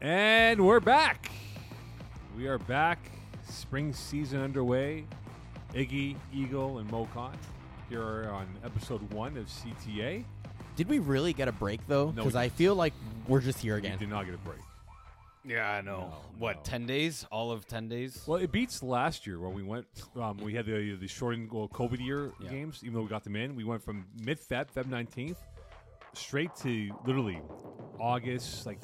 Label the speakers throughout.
Speaker 1: And we're back. We are back. Spring season underway. Iggy, Eagle, and Mocon here are on episode one of CTA.
Speaker 2: Did we really get a break though?
Speaker 1: No,
Speaker 2: Because
Speaker 1: we
Speaker 2: I
Speaker 1: didn't.
Speaker 2: feel like we're just here
Speaker 1: We did
Speaker 2: again.
Speaker 1: not get a break.
Speaker 3: Yeah, I know. Oh, what, 10 days? All of 10 days?
Speaker 1: Well, it beats last year when we went. Um, we had the the shortened well, COVID year
Speaker 3: Yeah.
Speaker 1: games, even though we got them in. We went from mid Feb, Feb nineteenth, straight to literally August like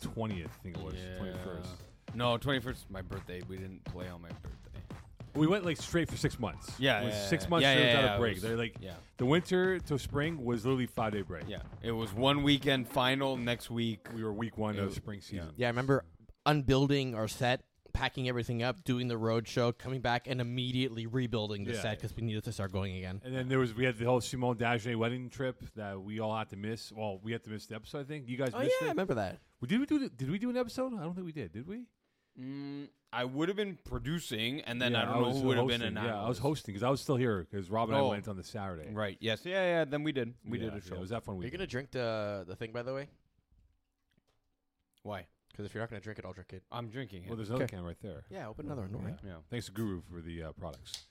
Speaker 1: twentieth. I think it was twenty first.
Speaker 3: No, 21st, my birthday. We didn't play on my birthday.
Speaker 1: We went like straight for six months.
Speaker 3: Yeah,
Speaker 1: it was
Speaker 3: yeah,
Speaker 1: six
Speaker 3: yeah.
Speaker 1: months
Speaker 3: Yeah,
Speaker 1: straight
Speaker 3: yeah,
Speaker 1: without
Speaker 3: yeah,
Speaker 1: a
Speaker 3: it
Speaker 1: break.
Speaker 3: was-
Speaker 1: They're like
Speaker 3: yeah.
Speaker 1: the winter to spring was literally five day break.
Speaker 3: Yeah. It was one weekend final next week.
Speaker 1: we were week one
Speaker 3: It
Speaker 1: of
Speaker 3: was-
Speaker 1: spring season.
Speaker 2: Yeah, I remember unbuilding our set, packing everything up, doing the road show, coming back, and immediately rebuilding the
Speaker 1: Yeah.
Speaker 2: set because we needed to start going again.
Speaker 1: And then there was we had the whole Simone Dagenet wedding trip that we all had to miss. Well, we had to miss the episode. I think you guys
Speaker 2: Oh yeah,
Speaker 1: missed
Speaker 2: I
Speaker 1: it.
Speaker 2: remember that.
Speaker 1: Well, Did we do? the- Did we do an episode? I don't think we did. Did we?
Speaker 3: Mm, I would have been producing, and then
Speaker 1: Yeah,
Speaker 3: I don't know
Speaker 1: was
Speaker 3: who would have been
Speaker 1: hosting.
Speaker 3: in
Speaker 1: Yeah, I was hosting because I was still here because Rob and I
Speaker 3: Oh.
Speaker 1: went on the Saturday.
Speaker 3: Right. Yes. Yeah, yeah. Then we did. We
Speaker 1: Yeah,
Speaker 3: did a show.
Speaker 1: Yeah, it was that fun
Speaker 2: Are you
Speaker 1: week.
Speaker 2: gonna drink the the thing by the way?
Speaker 3: Why?
Speaker 2: Because if you're not gonna drink it, I'll drink it.
Speaker 3: I'm drinking it.
Speaker 1: Well, Uh, there's another
Speaker 2: Okay.
Speaker 1: can right there.
Speaker 2: Yeah, open another one.
Speaker 1: Yeah.
Speaker 2: alright.
Speaker 3: yeah.
Speaker 1: Thanks to Guru for the uh, products.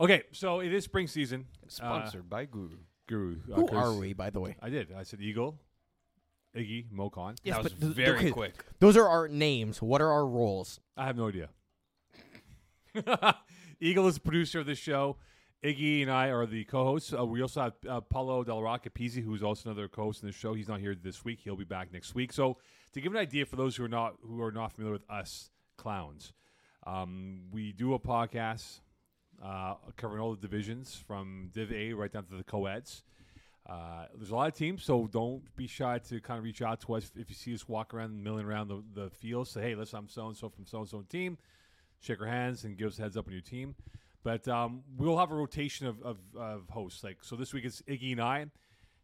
Speaker 1: Okay, so it is spring season. Uh,
Speaker 3: Sponsored by Guru.
Speaker 1: Guru. uh,
Speaker 2: Who
Speaker 1: Chris.
Speaker 2: are we, by the way?
Speaker 1: I did. I said Eagle, Iggy, Mocon.
Speaker 2: Yes,
Speaker 3: that was
Speaker 2: but th-
Speaker 3: very
Speaker 2: okay.
Speaker 3: quick.
Speaker 2: Those are our names. What are our roles?
Speaker 1: I have no idea. Eagle is the producer of the show. Iggy and I are the co-hosts. Uh, we also have uh, Paulo Del Roca Pizzi, who's also another co-host in the show. He's not here this week. He'll be back next week. So, to give an idea for those who are not who are not familiar with us clowns, um, we do a podcast uh, covering all the divisions from Div A right down to the co-eds. Uh, there's a lot of teams, so don't be shy to kind of reach out to us if you see us walk around, milling around the, the field. Say, hey, listen, I'm so and so from so and so team. Shake our hands and give us a heads up on your team. But um, we'll have a rotation of, of, of hosts. Like so, this week it's Iggy and I.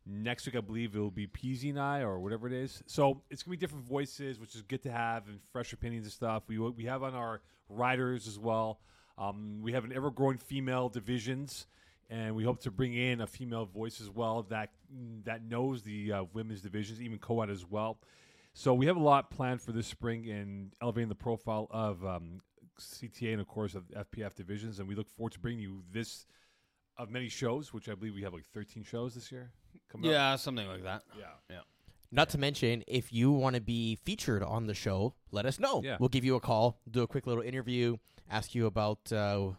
Speaker 1: Next week, I believe it'll be Peasy and I, or whatever it is. So it's gonna be different voices, which is good to have, and fresh opinions and stuff. We we have on our riders as well. Um, we have an ever growing female divisions, and we hope to bring in a female voice as well that that knows the uh, women's divisions, even co-ed as well. So we have a lot planned for this spring in elevating the profile of um, CTA and of course of FPF divisions, and we look forward to bringing you this of many shows, which I believe we have like 13 shows this year. Coming up.
Speaker 3: Yeah, something like that.
Speaker 1: Yeah.
Speaker 3: Yeah.
Speaker 2: Not to mention, if you want to be featured on the show, let us know.
Speaker 1: Yeah.
Speaker 2: We'll give you a call, do a quick little interview, ask you about uh,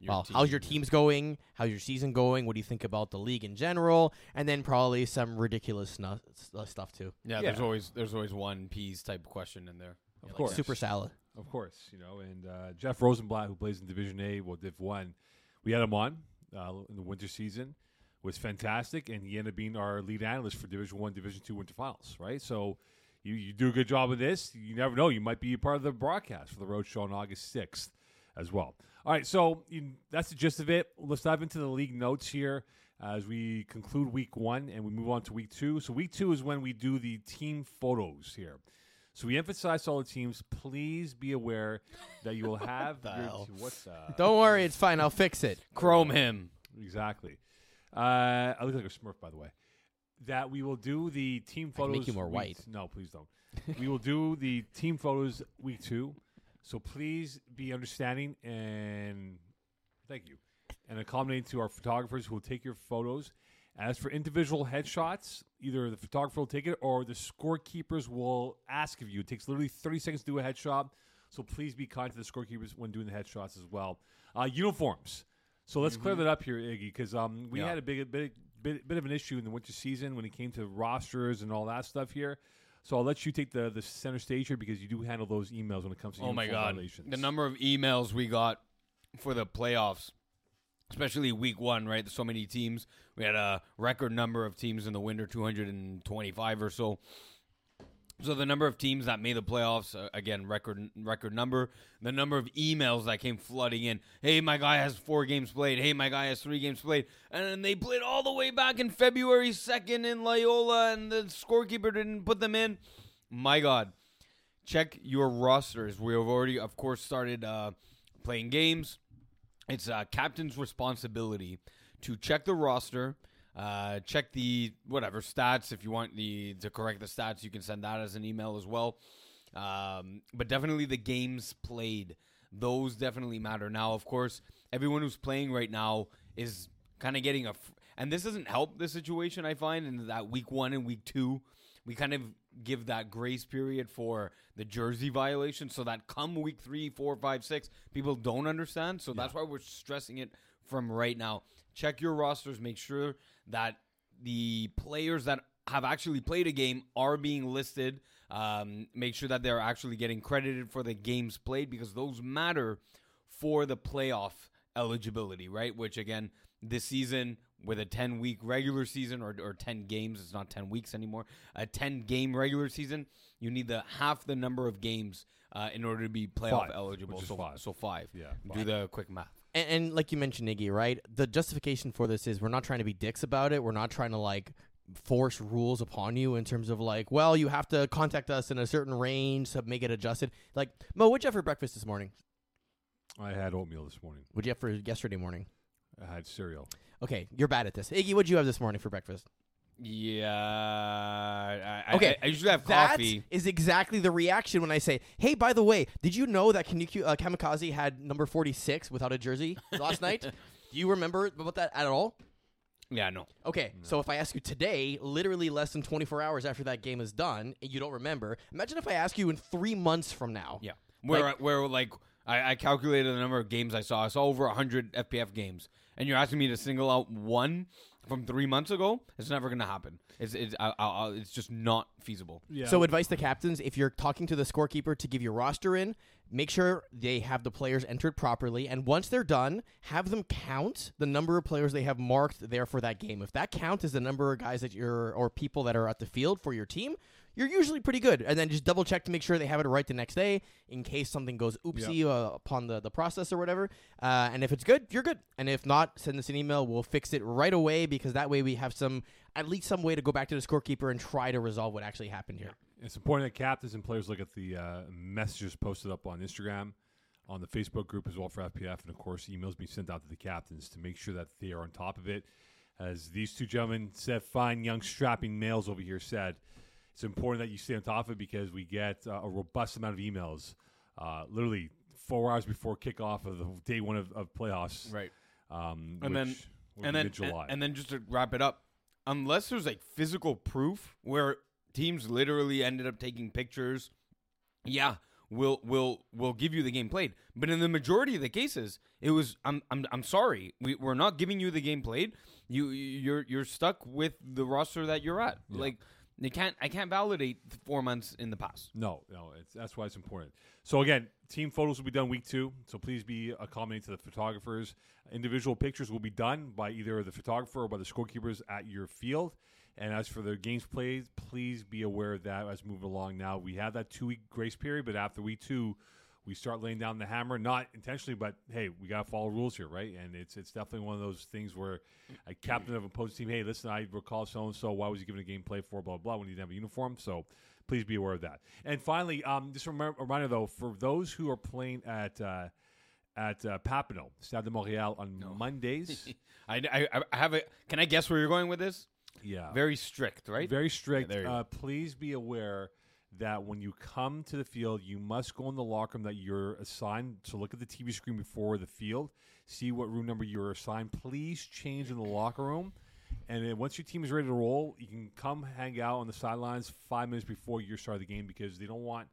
Speaker 3: Your
Speaker 2: well, how's
Speaker 3: team.
Speaker 2: your team's going, how's your season going, what do you think about the league in general, and then probably some ridiculous snu- s- stuff too.
Speaker 3: Yeah,
Speaker 1: Yeah.
Speaker 3: There's always there's always one peas type question in there.
Speaker 1: Of
Speaker 3: Yeah, like
Speaker 1: course.
Speaker 2: Super salad.
Speaker 1: Of course, you know, and uh, Jeff Rosenblatt, who plays in Division A, well, Div One, we had him on uh, in the winter season, was fantastic, and he ended up being our lead analyst for Division One, Division Two Winter Finals, right? So, you you do a good job of this. You never know, you might be a part of the broadcast for the road show on August sixth as well. All right, so you, that's the gist of it. Let's dive into the league notes here as we conclude week one and we move on to week two. So, week two is when we do the team photos here. So we emphasize to all the teams, please be aware that you will have
Speaker 2: the
Speaker 1: your
Speaker 2: hell?
Speaker 1: what's that?
Speaker 2: Don't worry, it's fine. I'll fix it.
Speaker 3: Chrome him.
Speaker 1: Exactly. Uh, I look like a Smurf, by the way. That we will do the team
Speaker 2: can
Speaker 1: photos.
Speaker 2: make you more
Speaker 1: week-
Speaker 2: white.
Speaker 1: No, please don't. we will do the team photos week two. So please be understanding and thank you and accommodating to our photographers who will take your photos. As for individual headshots, either the photographer will take it or the scorekeepers will ask of you. It takes literally 30 seconds to do a headshot. So please be kind to the scorekeepers when doing the headshots as well. Uh, uniforms. So let's clear that up here, Iggy, because um, we
Speaker 3: Mm-hmm. Yeah.
Speaker 1: had a big, a big, bit, bit of an issue in the winter season when it came to rosters and all that stuff here. So I'll let you take the, the center stage here because you do handle those emails when it comes to
Speaker 3: Oh my
Speaker 1: uniform
Speaker 3: god.
Speaker 1: violations.
Speaker 3: The number of emails we got for the playoffs, especially week 1, right? There's so many teams. We had a record number of teams in the winter, 225 or so. So the number of teams that made the playoffs uh, again record record number. The number of emails that came flooding in. Hey, my guy has four games played. Hey, my guy has three games played. And then they played all the way back in February second in Loyola, and the scorekeeper didn't put them in. My God, check your rosters. We have already, of course, started uh, playing games it's uh, captain's responsibility to check the roster, uh, check the whatever stats. If you want the to correct the stats, you can send that as an email as well. Um, but definitely the games played, those definitely matter. Now, of course, everyone who's playing right now is kind of getting a, fr- and this doesn't help the situation I find in that week one and week two. We kind of give that grace period for the jersey violation, so that come week three, four, five, six, people don't understand. So that's why we're stressing it from right now. Check your rosters, make sure that the players that have actually played a game are being listed. Um, make sure that they're actually getting credited for the games played because those matter for the playoff eligibility, right? Which again, this season with a 10 week regular season or, or 10 games, it's not 10 weeks anymore, a 10 game regular season, you need the half the number of games uh, in order to be playoff
Speaker 1: Five,
Speaker 3: eligible.
Speaker 1: which is
Speaker 3: so
Speaker 1: five.
Speaker 3: So five.
Speaker 1: Yeah,
Speaker 3: Do
Speaker 1: five.
Speaker 3: the quick math.
Speaker 2: and, and like you mentioned, Iggy, right? The justification for this is we're not trying to be dicks about it. We're not trying to like force rules upon you in terms of like, well, you have to contact us in a certain range to make it adjusted. Like, Mo, what'd you have for breakfast this morning?
Speaker 1: I had oatmeal this morning.
Speaker 2: What'd you have for yesterday morning?
Speaker 1: I uh, had cereal.
Speaker 2: Okay, you're bad at this. Iggy, what'd you have this morning for breakfast?
Speaker 3: Yeah. I, I-
Speaker 2: Okay,
Speaker 3: I, usually have
Speaker 2: That
Speaker 3: coffee.
Speaker 2: is exactly the reaction when I say, "Hey, by the way, did you know that Kanuki, uh, Kamikaze had number forty-six without a jersey last night? Do you remember about that at all?"
Speaker 3: yeah, no.
Speaker 2: Okay, so if I ask you today, literally less than 24 hours after that game is done, and you don't remember, imagine if I ask you in three months from now.
Speaker 3: Yeah, where
Speaker 2: Like-
Speaker 3: I- where like I, I calculated the number of games I saw. I saw over hundred FPF games, and you're asking me to single out one from three months ago. It's never gonna happen. It's it's I, I, I, it's just not feasible.
Speaker 1: Yeah.
Speaker 2: So, advice to captains if you're talking to the scorekeeper to give your roster in, make sure they have the players entered properly. And once they're done, have them count the number of players they have marked there for that game. If that count is the number of guys that you're, or people that are at the field for your team, you're usually pretty good. And then just double check to make sure they have it right the next day in case something goes oopsie uh, upon the, the process or whatever. Uh, and if it's good, you're good. And if not, send us an email. We'll fix it right away because that way we have some, at least some way to go back to the scorekeeper and try to resolve what actually happened here.
Speaker 1: It's important that captains and players look at the uh, messages posted up on Instagram, on the Facebook group as well for FPF, and of course, emails being sent out to the captains to make sure that they are on top of it. As these two gentlemen said, fine young strapping males over here said, it's important that you stay on top of it because we get uh, a robust amount of emails, uh, literally four hours before kickoff of the day one of, of playoffs.
Speaker 3: Right.
Speaker 1: Um,
Speaker 3: And then-
Speaker 1: which will
Speaker 3: and
Speaker 1: be
Speaker 3: then
Speaker 1: mid-July.
Speaker 3: And, and then just to wrap it up, unless there's like physical proof where teams literally ended up taking pictures, yeah, we'll we'll we'll give you the game played. But in the majority of the cases, it was I'm I'm I'm sorry, we, we're not giving you the game played. You you're you're stuck with the roster that you're at. Like they can't I can't validate the four months in the past.
Speaker 1: No, no, it's, that's why it's important. So again, team photos will be done week two. So please be accommodating to the photographers. Individual pictures will be done by either the photographer or by the scorekeepers at your field. And as for the games played, please be aware of that as we move along. Now we have that two week grace period, but after week two, we start laying down the hammer, not intentionally, but hey, we gotta follow rules here, right? And it's it's definitely one of those things where a captain of a opposing team, hey, listen, I recall so and so, why was he given a game play for blah blah when he didn't have a uniform? So please be aware of that. And finally, um, just a remem- reminder though, for those who are playing at uh, at uh, Papineau, Stade de Montréal on Mondays,
Speaker 3: I, I I have a can I guess where you're going with this?
Speaker 1: yeah,
Speaker 3: Very strict, right?
Speaker 1: Very strict.
Speaker 3: Yeah, there you
Speaker 1: uh, please be aware that when you come to the field, you must go in the locker room that you're assigned. So look at the TV screen before the field, see what room number you're assigned. Please change in the locker room. And then once your team is ready to roll, you can come hang out on the sidelines five minutes before your start of the game because they don't want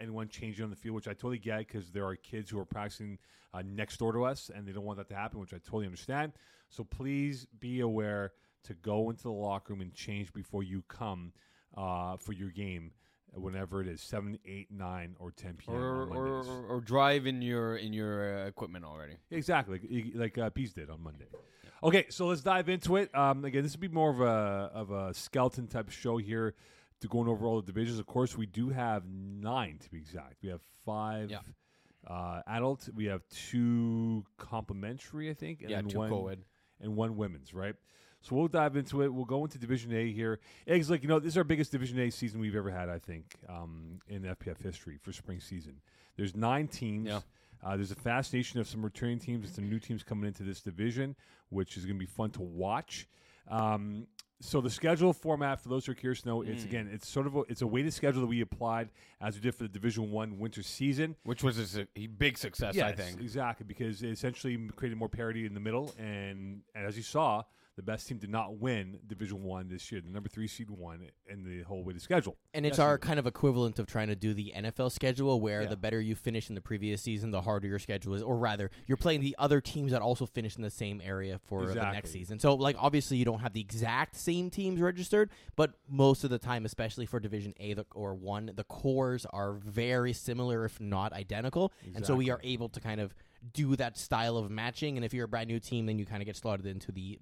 Speaker 1: anyone changing on the field, which I totally get because there are kids who are practicing uh, next door to us and they don't want that to happen, which I totally understand. So please be aware to go into the locker room and change before you come uh, for your game, whenever it is 7, 8, 9, or 10 p.m.
Speaker 3: Or,
Speaker 1: on
Speaker 3: or,
Speaker 1: Mondays.
Speaker 3: or, or drive in your in your uh, equipment already.
Speaker 1: Exactly, like- y- like uh, Pease did on Monday. Okay, so let's dive into it. Um, again, this would be more of a of a skeleton type show here, to going over all the divisions. Of course, we do have nine to be exact. We have five
Speaker 3: Yeah.
Speaker 1: uh, adult. We have two complementary, I think. And
Speaker 3: Yeah,
Speaker 1: then
Speaker 3: two
Speaker 1: one,
Speaker 3: co-ed.
Speaker 1: and one women's. Right. So we'll dive into it. We'll go into Division A here. Eggs, like you know, this is our biggest Division A season we've ever had, I think, um, in FPF history for spring season. There's nine teams.
Speaker 3: Yeah.
Speaker 1: Uh, there's a fascination of some returning teams and some new teams coming into this division, which is going to be fun to watch. Um, So the schedule format for those who are curious to know,
Speaker 3: Mm.
Speaker 1: it's again, it's sort of a, it's a weighted schedule that we applied as we did for the Division One winter season.
Speaker 3: which was a su- a big success, I
Speaker 1: Yes,
Speaker 3: think.
Speaker 1: Exactly, because it essentially m- created more parity in the middle. And, and as you saw, the best team did not win Division One this year. The number three seed won in the whole weighted schedule.
Speaker 2: And it's our kind of equivalent of trying to do the NFL schedule, where the better you finish in the previous season, the harder your schedule is. Or rather, you're playing the other teams that also finish in the same area for the
Speaker 1: Exactly.
Speaker 2: next season. So, like, obviously, you don't have the exact same teams registered, but most of the time, especially for Division A the, or 1, the cores are very similar, if not identical. And so we are able to kind of do that style of matching. And if you're a brand new team, then you kind of get slotted into the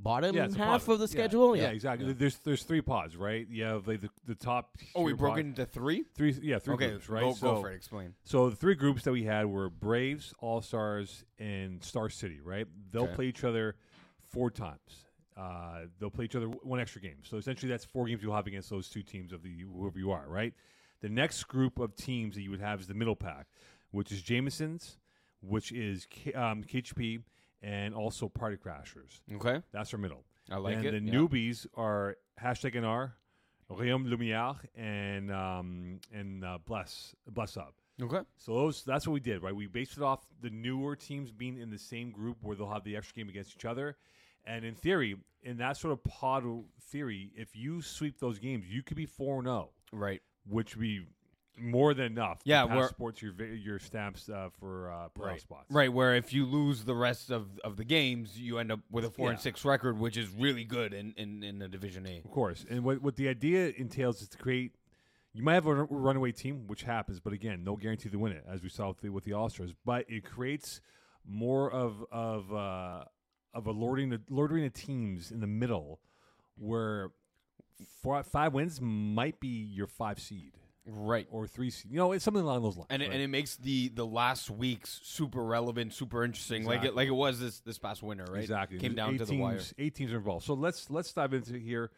Speaker 2: bottom
Speaker 1: Yeah, it's a
Speaker 2: half
Speaker 1: pod.
Speaker 2: of the schedule.
Speaker 1: Yeah, exactly. There's there's three pods, right? You have like the, the top.
Speaker 3: Oh, we
Speaker 1: tier
Speaker 3: broke
Speaker 1: pod-
Speaker 3: it into three.
Speaker 1: three. Yeah, three
Speaker 3: okay,
Speaker 1: groups, right?
Speaker 3: Go,
Speaker 1: so,
Speaker 3: go for it. Explain.
Speaker 1: So the three groups that we had were Braves, All Stars, and Star City. Right? They'll
Speaker 3: Okay.
Speaker 1: play each other four times. Uh, they'll play each other w- one extra game. So essentially, that's four games you'll have against those two teams of the whoever you are. Right? The next group of teams that you would have is the middle pack, which is Jameson's, which is K- um, KHP, and also Party Crashers.
Speaker 3: Okay,
Speaker 1: That's our middle.
Speaker 3: I like
Speaker 1: and
Speaker 3: it,
Speaker 1: the
Speaker 3: yeah.
Speaker 1: newbies are hashtag NR, Riam Lumière, and um, and uh, bless bless up.
Speaker 3: okay.
Speaker 1: So those that's what we did, right? We based it off the newer teams being in the same group where they'll have the extra game against each other. And in theory, in that sort of pod theory, if you sweep those games, you could be four zero,
Speaker 3: Right.
Speaker 1: which would be more than enough.
Speaker 3: Yeah,
Speaker 1: to
Speaker 3: we're-
Speaker 1: passports your vi- your stamps uh, for uh, playoff
Speaker 3: Right.
Speaker 1: spots.
Speaker 3: Right, where if you lose the rest of, of the games, you end up with a four and
Speaker 1: Yeah.
Speaker 3: six record, which is really good in, in, in the Division A.
Speaker 1: Of course. And what, what the idea entails is to create. You might have a run- runaway team, which happens, but again, no guarantee to win it, as we saw with the, with the All Stars. But it creates more of of uh, of a lording the lording the teams in the middle, where four, five wins might be your five seed
Speaker 3: Right.
Speaker 1: or three seed. You know, it's something along those lines.
Speaker 3: And it,
Speaker 1: right?
Speaker 3: and it makes the, the last weeks super relevant, super interesting, like it like it was this, this past winter, right?
Speaker 1: exactly
Speaker 3: Came
Speaker 1: There's
Speaker 3: down
Speaker 1: eight
Speaker 3: to the
Speaker 1: teams,
Speaker 3: wire.
Speaker 1: Eight teams are involved. So let's let's dive into here.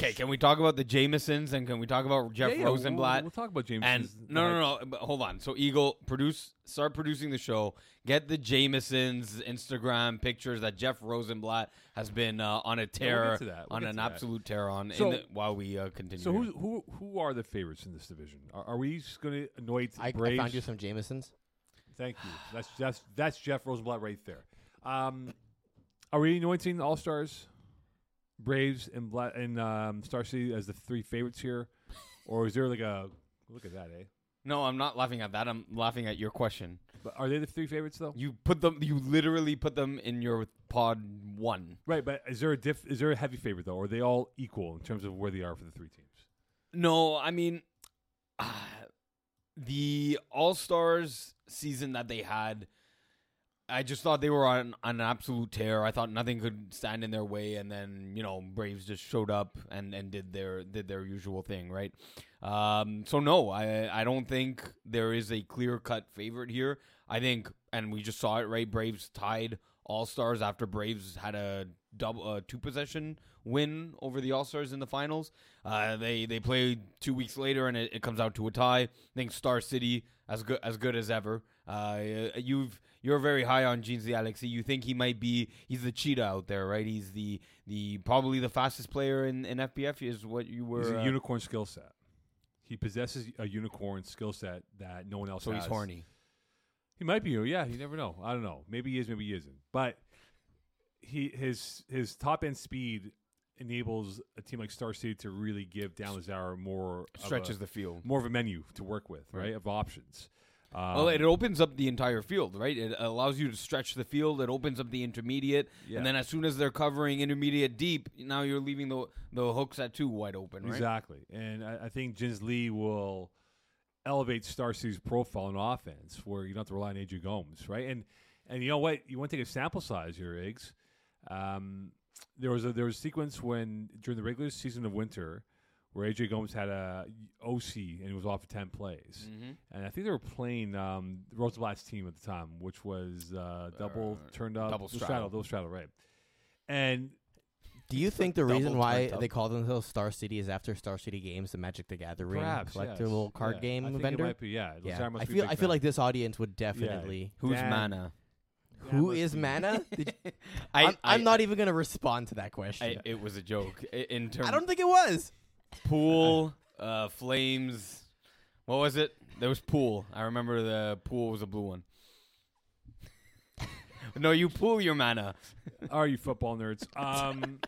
Speaker 3: Okay, can we talk about the Jamesons and can we talk about Jeff
Speaker 1: Yeah, yeah, we'll-
Speaker 3: Rosenblatt?
Speaker 1: We'll, talk about James.
Speaker 3: And no, no, no, But hold on. So Eagle produce, start producing the show. Get the Jamesons Instagram pictures that Jeff Rosenblatt has been uh, on a
Speaker 1: we'll
Speaker 3: tear,
Speaker 1: get to that. We'll
Speaker 3: on
Speaker 1: get to
Speaker 3: an
Speaker 1: that.
Speaker 3: absolute tear on. in
Speaker 1: So-
Speaker 3: the, while we uh, continue,
Speaker 1: So
Speaker 3: here.
Speaker 1: who's, who who are the favorites in this division? Are, are we just going to annoy
Speaker 2: I, I
Speaker 1: Braves?
Speaker 2: found you some Jamesons.
Speaker 1: Thank you. That's that's that's Jeff Rosenblatt right there. Um, are we anointing All Stars, Braves, and Bla- and um, Star City as the three favorites here, or is there like a look at that? Eh,
Speaker 3: no, I'm not laughing at that. I'm laughing at your question.
Speaker 1: but are they the three favorites though?
Speaker 3: You put them. You literally put them in your pod one.
Speaker 1: Right, but is there a diff? Is there a heavy favorite though? Or are they all equal in terms of where they are for the three teams?
Speaker 3: No, I mean, ah, the All Stars season that they had, I just thought they were on, on an absolute tear. I thought nothing could stand in their way, and then you know Braves just showed up and, and did their did their usual thing, right? Um, so no, I I don't think there is a clear cut favorite here. I think, and we just saw it, right? Braves tied All Stars after Braves had a double a two possession win over the All Stars in the finals. Uh, they they play two weeks later, and it, it comes out to a tie. I think Star City as good as good as ever. Uh, you've you're very high on Jeans the Alexi. You think he might be he's the cheetah out there, right? He's the the probably the fastest player in, in FPF is what you were.
Speaker 1: He's a
Speaker 3: uh,
Speaker 1: unicorn skill set. He possesses a unicorn skill set that no one else.
Speaker 3: so he's
Speaker 1: has.
Speaker 3: horny.
Speaker 1: He might be. Yeah, you never know. I don't know. Maybe he is. Maybe he isn't. But he his his top end speed enables a team like Star City to really give down his hour more of
Speaker 3: Stretches
Speaker 1: a,
Speaker 3: the field.
Speaker 1: more of a menu to work with, right? Of options. Um,
Speaker 3: Well, it opens up the entire field, right? It allows you to stretch the field. It opens up the intermediate,
Speaker 1: Yeah.
Speaker 3: and then as soon as they're covering intermediate deep, now you're leaving the the hooks at two wide open, right?
Speaker 1: Exactly. And I, I think Jins Lee will elevate Star City's profile in offense where you don't have to rely on AJ Gomes, right? And and you know what? You want to take a sample size here, Iggs. Um, there was a there was a sequence when during the regular season of winter where AJ Gomes had a OC and he was off of ten plays.
Speaker 3: Mm. Mm-hmm.
Speaker 1: And I think they were playing um, Rosenblatt's team at the time, which was uh, double turned up
Speaker 3: double straddle.
Speaker 1: straddle, double straddle, right? And
Speaker 2: Do you think the reason
Speaker 3: double
Speaker 2: why
Speaker 3: turned up.
Speaker 2: they call themselves Star City is after Star City Games, the Magic the Gathering
Speaker 1: Perhaps yes.
Speaker 2: collectible card
Speaker 1: Yeah,
Speaker 2: game
Speaker 1: I think it
Speaker 2: vendor?
Speaker 1: might be, yeah,
Speaker 2: yeah,
Speaker 1: Lazar must
Speaker 2: I
Speaker 1: be a
Speaker 2: feel
Speaker 1: big
Speaker 2: I feel
Speaker 1: fan.
Speaker 2: like this audience would definitely.
Speaker 3: Who's
Speaker 1: Dan-
Speaker 3: Mana?
Speaker 2: Who
Speaker 1: must
Speaker 2: is
Speaker 1: be-
Speaker 2: Mana? Did-
Speaker 3: I,
Speaker 2: I'm, I'm
Speaker 3: I-
Speaker 2: not even going to respond to that
Speaker 3: I,
Speaker 2: question.
Speaker 3: it was a joke I- in terms.
Speaker 2: I don't think it was.
Speaker 3: pool, uh, flames. What was it? There was pool. I remember the pool was a blue one. no, you pool your mana.
Speaker 1: Are you football nerds? Um,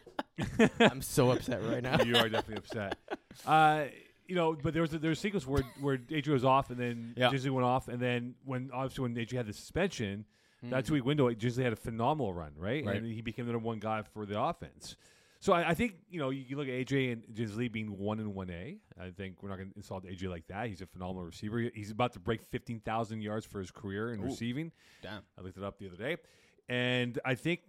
Speaker 2: I'm so upset right now.
Speaker 1: you are definitely upset. Uh, you know, but there was a, there was a sequence where where Adri was off, and then
Speaker 3: Yeah.
Speaker 1: Disney went off, and then when obviously when Adri had the suspension, that two week window, Disney had a phenomenal run, right?
Speaker 3: Right.
Speaker 1: And he became the number one guy for the offense. So I, I think you know you, you look at AJ and Ginsley being one and one A. I think we're not going to insult AJ like that. He's a phenomenal receiver. He- He's about to break fifteen thousand yards for his career in receiving.
Speaker 3: Damn.
Speaker 1: I looked it up the other day, and I think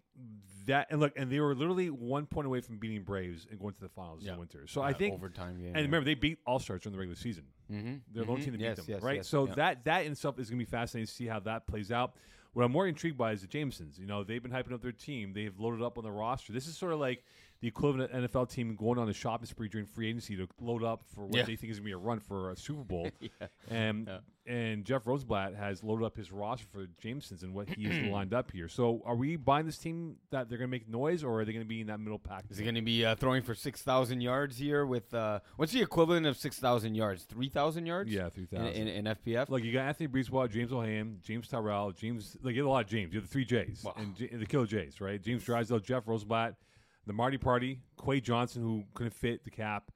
Speaker 1: that and look, and they were literally one point away from beating Braves and going to the finals
Speaker 3: Yeah.
Speaker 1: in winter. So I think,
Speaker 3: overtime game.
Speaker 1: and remember they beat All Stars during the regular season.
Speaker 3: mm-hmm.
Speaker 1: Their lone team that
Speaker 3: Yes,
Speaker 1: beat them,
Speaker 3: yes,
Speaker 1: right?
Speaker 3: yes,
Speaker 1: so
Speaker 3: yeah.
Speaker 1: that that in itself is going to be fascinating to see how that plays out. What I'm more intrigued by is the Jamesons. You know, they've been hyping up their team. They've loaded up on the roster. This is sort of like the equivalent of NFL team going on a shopping spree during free agency to load up for what
Speaker 3: Yeah.
Speaker 1: they think is going to be a run for a Super Bowl. And and Jeff Rosenblatt has loaded up his roster for Jamesons and what he's lined up here. So are we buying this team that they're going to make noise, or are they going to be in that middle pack?
Speaker 3: Is he going to be uh, throwing for six thousand yards here? With uh, what's the equivalent of six thousand yards? Three thousand yards?
Speaker 1: Yeah, three
Speaker 3: in,
Speaker 1: thousand.
Speaker 3: in, in FPF.
Speaker 1: Like you got Anthony Breezewater, James O'Ham, James Tyrell, James. Like you have a lot of James. You have the three J's
Speaker 3: Wow.
Speaker 1: and, J- and the Killer J's, right? James Drysdale, Jeff Rosenblatt, the Marty Party, Quay Johnson, who couldn't fit the cap,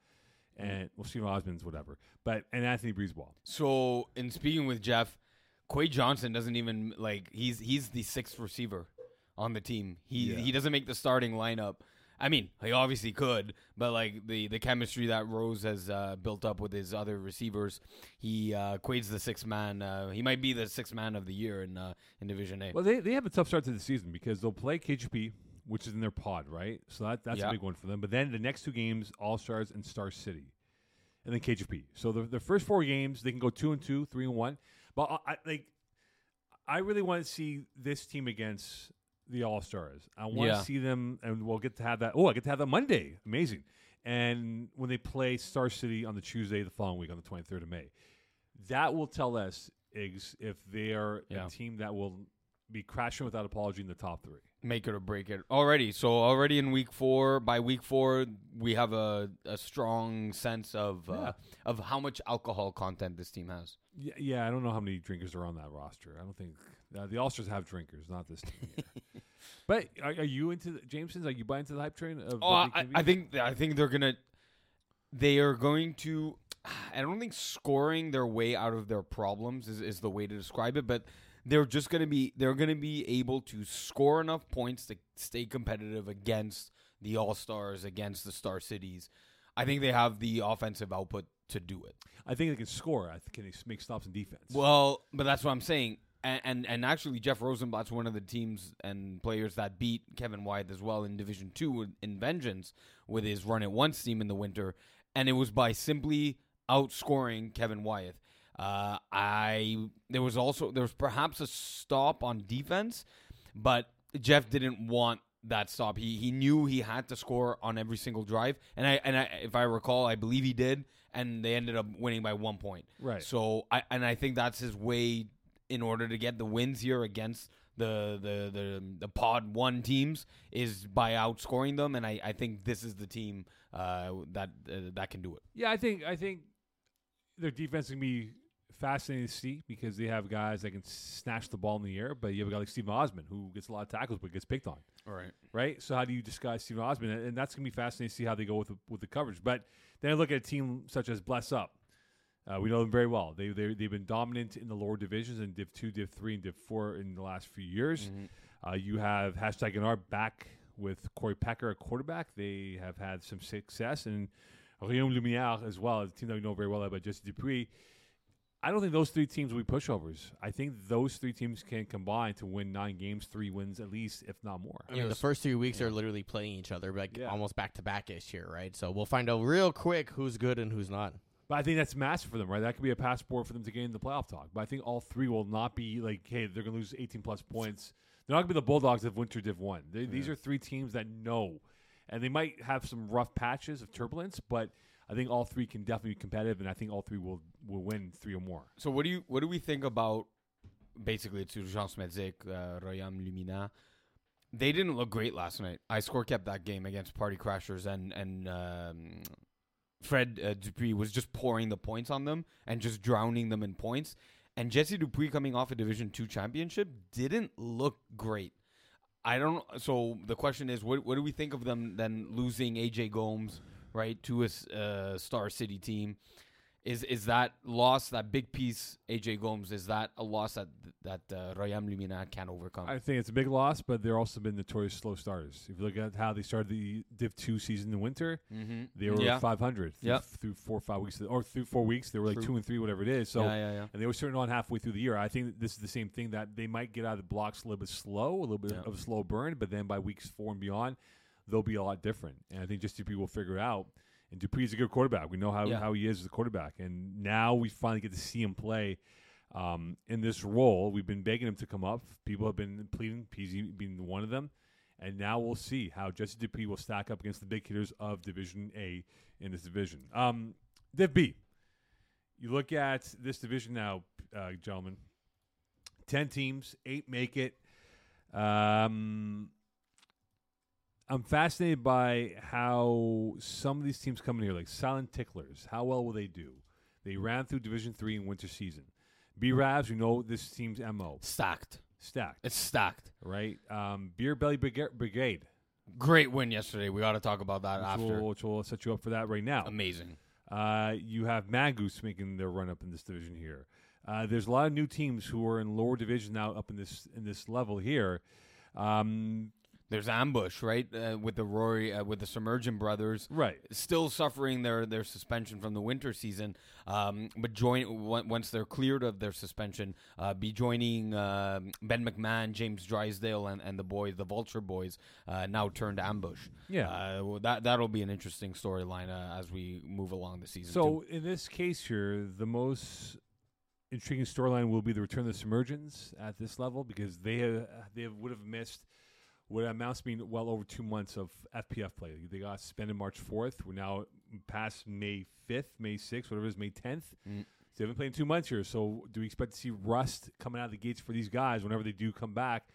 Speaker 1: and well, Stephen Osmond's whatever, but and Anthony Breezeball.
Speaker 3: So, in speaking with Jeff, Quay Johnson doesn't even like he's he's the sixth receiver on the team. He
Speaker 1: Yeah.
Speaker 3: he doesn't make the starting lineup. I mean, he obviously could, but like the the chemistry that Rose has uh, built up with his other receivers, he uh, Quaid's the sixth man. Uh, he might be the sixth man of the year in uh, in Division A.
Speaker 1: Well, they, they have a tough start to the season because they'll play KGP, which is in their pod, right? So that, that's a
Speaker 3: Yeah.
Speaker 1: big one for them. But then the next two games, All Stars and Star City, and then KGP. So the, the first four games, they can go two and two, three and one. But I, I like, I really want to see this team against the All Stars. I want to
Speaker 3: Yeah.
Speaker 1: see them, and we'll get to have that. Oh, I get to have that Monday. Amazing. And when they play Star City on the Tuesday the following week on the 23rd of May, that will tell us Iggs, if they are
Speaker 3: Yeah.
Speaker 1: a team that will be crashing without apology in the top three.
Speaker 3: Make it or break it already. So already in week four, by week four, we have a, a strong sense of uh, of how much alcohol content this team has.
Speaker 1: Yeah, yeah, I don't know how many drinkers are on that roster. I don't think uh, the All Stars have drinkers, not this team. Here. but are, are you into the, Jameson's? Are you buying into the hype train? Of
Speaker 3: Oh,
Speaker 1: what they
Speaker 3: I, I-
Speaker 1: can
Speaker 3: I
Speaker 1: be?
Speaker 3: think I think they're gonna. They are going to. I don't think scoring their way out of their problems is, is the way to describe it, but they're just gonna be they're gonna be able to score enough points to stay competitive against the All Stars, against the Star Cities. I think they have the offensive output to do it.
Speaker 1: I think they can score. I think can they s- make stops in defense?
Speaker 3: Well, but that's what I'm saying. And, and and actually, Jeff Rosenblatt's one of the teams and players that beat Kevin Wyatt as well in Division Two with- in Vengeance with his run at once team in the winter, and it was by simply outscoring Kevin Wyeth. Uh, I there was also there was perhaps a stop on defense, but Jeff didn't want that stop. He he knew he had to score on every single drive, and I and I, if I recall, I believe he did, and they ended up winning by one point.
Speaker 1: Right.
Speaker 3: So I and I think that's his way in order to get the wins here against the the the, the pod one teams is by outscoring them, and I, I think this is the team uh, that uh, that can do it.
Speaker 1: yeah, I think I think their defense can be fascinating to see because they have guys that can snatch the ball in the air. But you have a guy like Steven Osmond who gets a lot of tackles but gets picked on.
Speaker 3: All right.
Speaker 1: right? So how do you disguise Steven Osmond? And- And that's going to be fascinating to see how they go with the, with the coverage. But then I look at a team such as Bless Up. Uh, we know them very well. They, they, they've been dominant in the lower divisions in Div 2, Div 3, and Div 4 in the last few years. Uh, you have hashtag NR back with Corey Packer at quarterback. They have had some success. And Rion Lumière as well, a team that we know very well about Jesse Dupuis. I don't think those three teams will be pushovers. I think those three teams can combine to win nine games, three wins at least, if not more.
Speaker 2: I mean, the first two weeks are literally playing each other, like
Speaker 1: Yeah.
Speaker 2: almost back to back ish here, right? So we'll find out real quick who's good and who's not.
Speaker 1: But I think that's massive for them, right? That could be a passport for them to get into the playoff talk. But I think all three will not be like, hey, they're going to lose 18 plus points. They're not going to be the Bulldogs of Winter Div 1. They, These are three teams that know. And they might have some rough patches of turbulence, but I think all three can definitely be competitive, and I think all three will, will win three or more.
Speaker 3: So what do you what do we think about basically it's Urgence Medzic, uh, Royam Lumina. They didn't look great last night. I score kept that game against Party Crashers, and and um, Fred uh, Dupuis was just pouring the points on them and just drowning them in points. And Jesse Dupuis coming off a Division Two championship didn't look great. I don't. So the question is, what what do we think of them then losing AJ Gomes right to a s- uh, Star City team? Is is that loss that big piece AJ Gomes? Is that a loss that that uh, Rayam Lumina can overcome?
Speaker 1: I think it's a big loss, but they're also been notorious slow starters. If you look at how they started the Div Two season in the winter,
Speaker 3: mm-hmm.
Speaker 1: they were
Speaker 3: yeah.
Speaker 1: 500 through,
Speaker 3: Yep.
Speaker 1: through four or five weeks, or through four weeks, they were like
Speaker 3: True.
Speaker 1: two and three, whatever it is. So
Speaker 3: yeah, yeah, yeah.
Speaker 1: and they were starting on halfway through the year. I think that this is the same thing that they might get out of the blocks a little bit slow, a little bit
Speaker 3: Yeah.
Speaker 1: of a slow burn, but then by weeks four and beyond, they'll be a lot different. And I think just Dupree will figure it out. And Dupree is a good quarterback. We know how,
Speaker 3: Yeah.
Speaker 1: how he is as a quarterback. And now we finally get to see him play um, in this role. We've been begging him to come up. People have been pleading, PZ being one of them. And now we'll see how Jesse Dupree will stack up against the big hitters of Division A in this division. Um, Div B. You look at this division now, uh, gentlemen. Ten teams, eight make it. Um, I'm fascinated by how some of these teams come in here, like Silent Ticklers. How well will they do? They ran through Division Three in winter season. B Rabs, you know this team's mo
Speaker 3: Stacked.
Speaker 1: stacked,
Speaker 3: It's stacked.
Speaker 1: right? Um, Beer Belly Briga- Brigade,
Speaker 3: Great win yesterday. We got to talk about that
Speaker 1: which
Speaker 3: after. Um,
Speaker 1: will, which will set you up for that right now.
Speaker 3: Amazing.
Speaker 1: Uh, you have Magoose making their run up in this division here. Uh, there's a lot of new teams who are in lower division now up in this in this level here. Um,
Speaker 3: There's ambush right uh, with the Rory uh, with the Submergent brothers.
Speaker 1: right.
Speaker 3: still suffering their, their suspension from the winter season, um, but join on- once they're cleared of their suspension, uh, be joining um Ben McMahon, James Drysdale, and, and the boys, the Vulture boys, uh, now turned ambush.
Speaker 1: Yeah.
Speaker 3: uh, well, that that'll be an interesting storyline uh, as we move along the season.
Speaker 1: So
Speaker 3: too.
Speaker 1: in this case here, the most intriguing storyline will be the return of the Submergents at this level because they have, they have, would have missed what amounts to being well over two months of FPF play. They got suspended March 4th. We're now past May 5th, May 6th, whatever it is, May 10th.
Speaker 3: Mm.
Speaker 1: So they haven't played in two months here. So do we expect to see rust coming out of the gates for these guys whenever they do come back?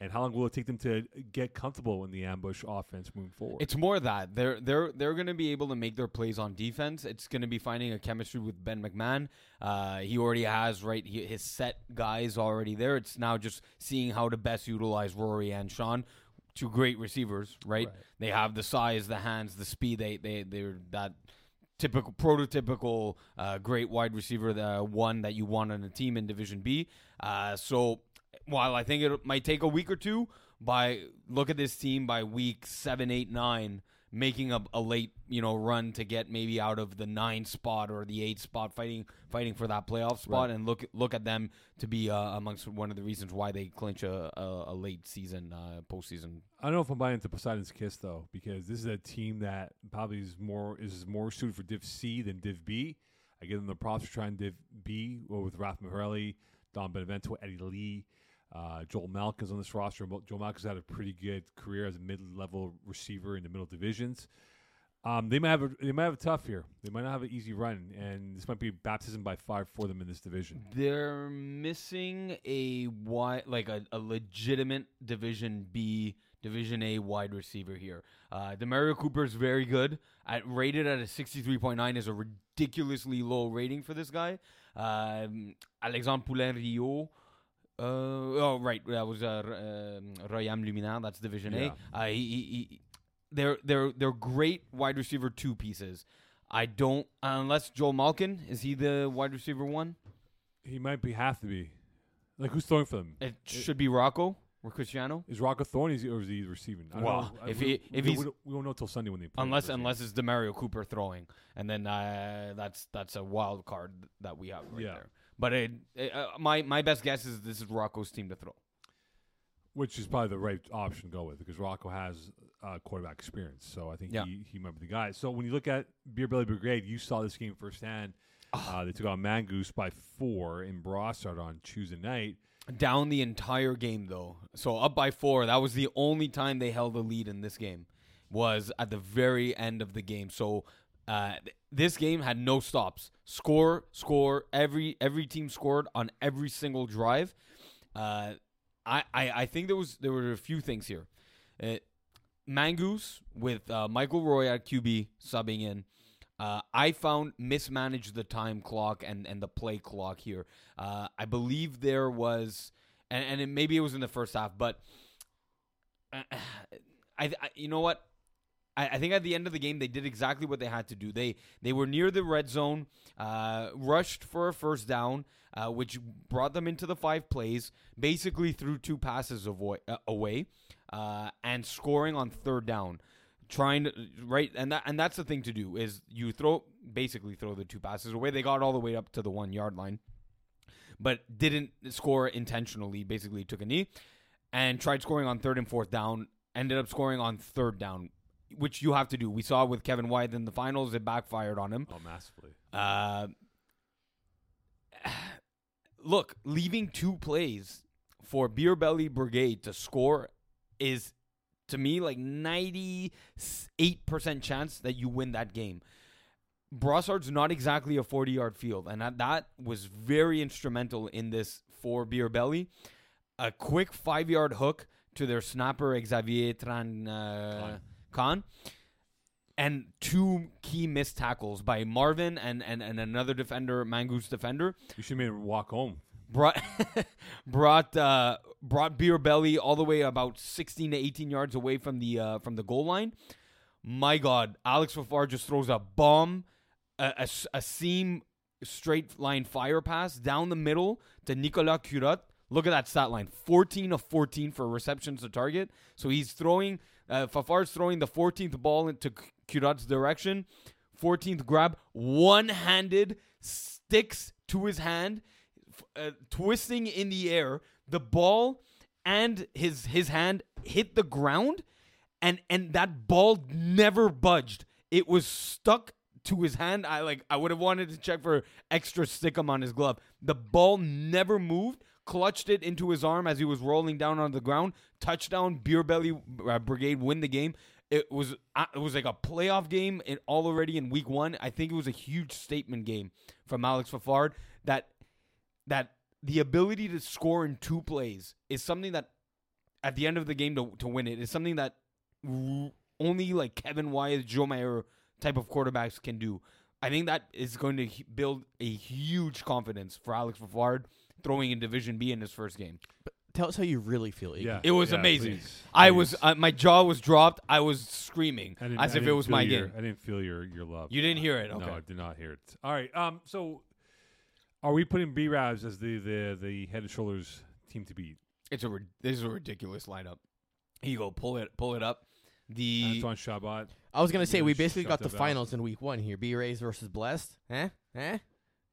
Speaker 1: And how long will it take them to get comfortable in the ambush offense moving forward?
Speaker 3: It's more that they're they're they're going to be able to make their plays on defense. It's going to be finding a chemistry with Ben McMahon. Uh, he already has right he, his set guys already there. It's now just seeing how to best utilize Rory and Sean, two great receivers. Right, they have the size, the hands, the speed. They they they're that typical prototypical uh, great wide receiver, the one that you want on a team in Division B. Uh, so while I think it might take a week or two, by look at this team by week seven, eight, nine, making a, a late you know run to get maybe out of the nine spot or the eight spot, fighting fighting for that playoff spot, and look look at them to be uh, amongst one of the reasons why they clinch a, a, a late season uh, postseason.
Speaker 1: I don't know if I'm buying into Poseidon's Kiss though, because this is a team that probably is more is more suited for Div C than Div B. I give them the props for trying Div B well, with Ralph Maharelli, Don Benevento, Eddie Lee, uh, Joel Malkin's on this roster. Mo- Joel Malkin's had a pretty good career as a mid-level receiver in the middle divisions. Um, they might have a, they might have a tough here. They might not have an easy run, and this might be baptism by fire for them in this division.
Speaker 3: They're missing a wide, like a, a legitimate Division B, Division A wide receiver here. Uh, Demario Cooper is very good. At rated at a sixty-three point nine is a ridiculously low rating for this guy. Um, Alexandre Poulain Rio. Uh, oh right, that was uh, R- um, Royam Lumina. That's Division
Speaker 1: Yeah.
Speaker 3: A. Uh, he, he, he, they're they're they're great wide receiver two pieces. I don't unless Joel Malkin is he the wide receiver one?
Speaker 1: He might be have to be. Like who's throwing for them?
Speaker 3: It should be Rocco or Cristiano,
Speaker 1: Is Rocco Thorne is or is he receiving? I
Speaker 3: Well,
Speaker 1: don't know. I-
Speaker 3: if
Speaker 1: we,
Speaker 3: he-
Speaker 1: we-
Speaker 3: if
Speaker 1: we,
Speaker 3: he's-
Speaker 1: don't- we won't know till Sunday when they play.
Speaker 3: unless
Speaker 1: receiving.
Speaker 3: unless it's Demario Cooper throwing, and then uh, that's that's a wild card that we have right
Speaker 1: Yeah.
Speaker 3: there. But it, it- uh, my my best guess is this is Rocco's team to throw.
Speaker 1: which is probably the right option to go with because Rocco has uh, quarterback experience, so I think
Speaker 3: Yeah.
Speaker 1: he, he might be the guy. So when you look at Beer Belly Brigade, you saw this game firsthand.
Speaker 3: Ah.
Speaker 1: Uh, they took on Mangoose by four in Brossard on Tuesday night.
Speaker 3: Down the entire game though, so up by four. That was the only time they held the lead in this game, was at the very end of the game. So uh, th- this game had no stops. Score, score. Every every team scored on every single drive. Uh, I, I I think there was there were a few things here. Uh, Mangoose with uh, Michael Roy at QB subbing in. Uh, I found mismanaged the time clock and, and the play clock here. Uh, I believe there was, and, and it, maybe it was in the first half, but uh, I, I you know what I, I think at the end of the game they did exactly what they had to do. They they were near the red zone, uh, rushed for a first down, uh, which brought them into the five plays. Basically, threw two passes avo- uh, away, uh, and scoring on third down. Trying to right and that and that's the thing to do is you throw basically throw the two passes away. They got all the way up to the one yard line, but didn't score intentionally. Basically, took a knee and tried scoring on third and fourth down. Ended up scoring on third down, which you have to do. We saw with Kevin White in the finals; it backfired on him.
Speaker 1: Oh, massively.
Speaker 3: Uh, look, leaving two plays for Beer Belly Brigade to score is, to me, like 98% chance that you win that game. Brossard's not exactly a 40 yard field, and that, that was very instrumental in this for Beer Belly. A quick five yard hook to their snapper, Xavier Tran uh, Khan and two key missed tackles by Marvin and, and, and another defender, Mangoose defender,
Speaker 1: You should have made him walk home.
Speaker 3: brought brought uh, brought Beer Belly all the way about 16 to 18 yards away from the uh, from the goal line. My God, Alex Fafar just throws a bomb, a, a s- a seam straight line fire pass down the middle to Nicolas Curat. Look at that stat line 14 of 14 for receptions to target. So he's throwing, uh, Fafar's throwing the 14th ball into Curat's direction. 14th grab, one handed, sticks to his hand, f- uh, twisting in the air. The ball and his his hand hit the ground, and and that ball never budged. It was stuck to his hand. I like I would have wanted to check for extra stickum on his glove. The ball never moved. Clutched it into his arm as he was rolling down on the ground. Touchdown! Beer Belly uh, Brigade win the game. It was uh, it was like a playoff game in, all already in week one. I think it was a huge statement game from Alex Fafard that that the ability to score in two plays is something that at the end of the game to, to win it is something that r- only like Kevin Wyatt, Joe Mayer type of quarterbacks can do. I think that is going to h- build a huge confidence for Alex Fafard throwing in Division B in his first game.
Speaker 2: Tell us how you really feel. Iggy.
Speaker 1: Yeah,
Speaker 3: It was
Speaker 1: yeah,
Speaker 3: amazing.
Speaker 1: please,
Speaker 3: I
Speaker 1: please.
Speaker 3: was uh, my jaw was dropped. I was screaming
Speaker 1: I didn't-
Speaker 3: as
Speaker 1: I
Speaker 3: if it
Speaker 1: didn't
Speaker 3: was
Speaker 1: feel
Speaker 3: my
Speaker 1: your-
Speaker 3: game.
Speaker 1: I didn't feel your your love.
Speaker 3: You didn't hear it. Okay.
Speaker 1: No, I did not hear it. All right. Um. So, are we putting B Rabs as the, the the head and shoulders team to beat?
Speaker 3: It's a rid- this is a ridiculous lineup. Here you go. Pull it. Pull it up. The
Speaker 1: Antoine Shabat.
Speaker 2: I was gonna say
Speaker 1: Yeah,
Speaker 2: we
Speaker 1: sh-
Speaker 2: basically
Speaker 1: shut
Speaker 2: got the
Speaker 1: that out.
Speaker 2: finals in week one here. B Rays versus Blessed. Eh? Eh?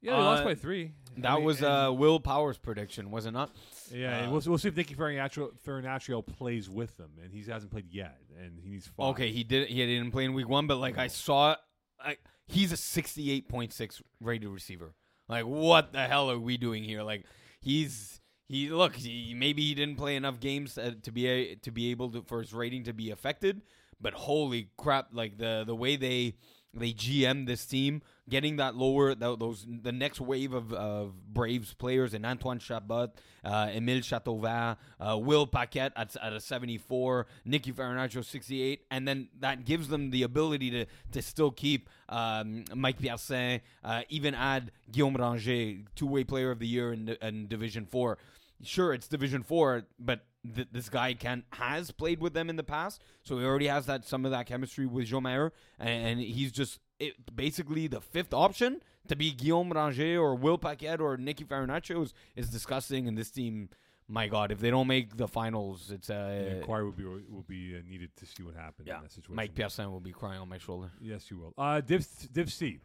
Speaker 1: Yeah, they lost
Speaker 3: Uh,
Speaker 1: by three. I
Speaker 3: that
Speaker 1: mean,
Speaker 3: was
Speaker 1: and-
Speaker 3: uh, Will Powers' prediction, was it not?
Speaker 1: Yeah, and
Speaker 3: uh,
Speaker 1: we'll, we'll see if Nicky Farinaccio, Farinaccio plays with them, and he hasn't played yet, and he needs five.
Speaker 3: Okay, he did. He didn't play in week one, but like I saw, I, he's a sixty-eight point six rated receiver. Like, what the hell are we doing here? Like, he's he look. He, maybe he didn't play enough games uh, to be a, to be able to for his rating to be affected. But holy crap! Like the the way they they GM this team, getting that lower tho- those the next wave of, of Braves players and Antoine Chabot, uh, Emile Chateauvin, uh, Will Paquette at, at a 74, Nicky Farinaccio 68, and then that gives them the ability to to still keep um, Mike Piercin, uh, even add Guillaume Ranger, two way player of the year in, in Division Four. Sure, it's Division Four, but th- this guy can has played with them in the past, so he already has that some of that chemistry with Joe Mayer, and, and he's just it, basically the fifth option to be Guillaume Ranger or Will Paquette or Nicky Farinaccio is, is disgusting. And this team, my God, if they don't make the finals, it's
Speaker 1: The
Speaker 3: uh,
Speaker 1: inquiry will be will be uh, needed to see what happens
Speaker 3: yeah,
Speaker 1: in that situation.
Speaker 3: Mike Pierson will be crying on my shoulder.
Speaker 1: Yes, you will. Uh, Div, Div C.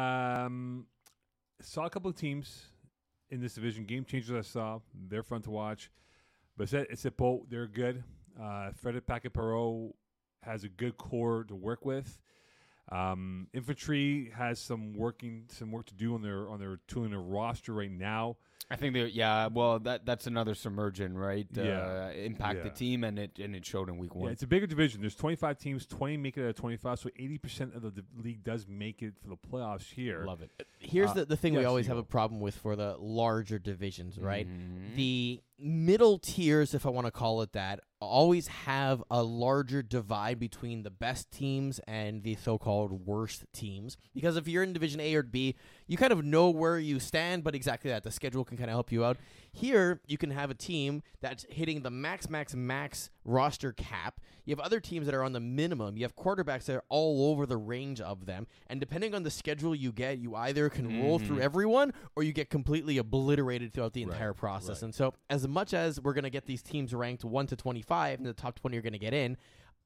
Speaker 1: Um, saw a couple of teams in this division. Game changers I saw. They're fun to watch. But it's a boat. They're good. Uh, Frederick Paquet Perot has a good core to work with. Um, infantry has some working some work to do on their on their tooling their roster right now.
Speaker 3: I think they yeah, well that that's another submergent, right?
Speaker 1: Yeah.
Speaker 3: Uh, impact the
Speaker 1: Yeah.
Speaker 3: team and it and it showed in week
Speaker 1: Yeah,
Speaker 3: one.
Speaker 1: it's a bigger division. There's 25 teams, 20 make it out of 25, so 80% of the d- league does make it for the playoffs here.
Speaker 3: Love it.
Speaker 2: Here's
Speaker 1: Uh,
Speaker 2: the, the thing we
Speaker 1: yes,
Speaker 2: always
Speaker 1: you
Speaker 2: have a
Speaker 1: will.
Speaker 2: problem with for the larger divisions, right?
Speaker 1: Mm-hmm.
Speaker 2: The middle tiers, if I want to call it that, always have a larger divide between the best teams and the so called worst teams. Because if you're in Division A or B, you kind of know where you stand, but exactly that. The schedule can kind of help you out. Here, you can have a team that's hitting the max, max, max roster cap. You have other teams that are on the minimum. You have quarterbacks that are all over the range of them. And depending on the schedule you get, you either can roll through everyone or you get completely obliterated throughout the entire process. And so, as much as we're going to get these teams ranked 1 to 25 and the top 20 are going to get in,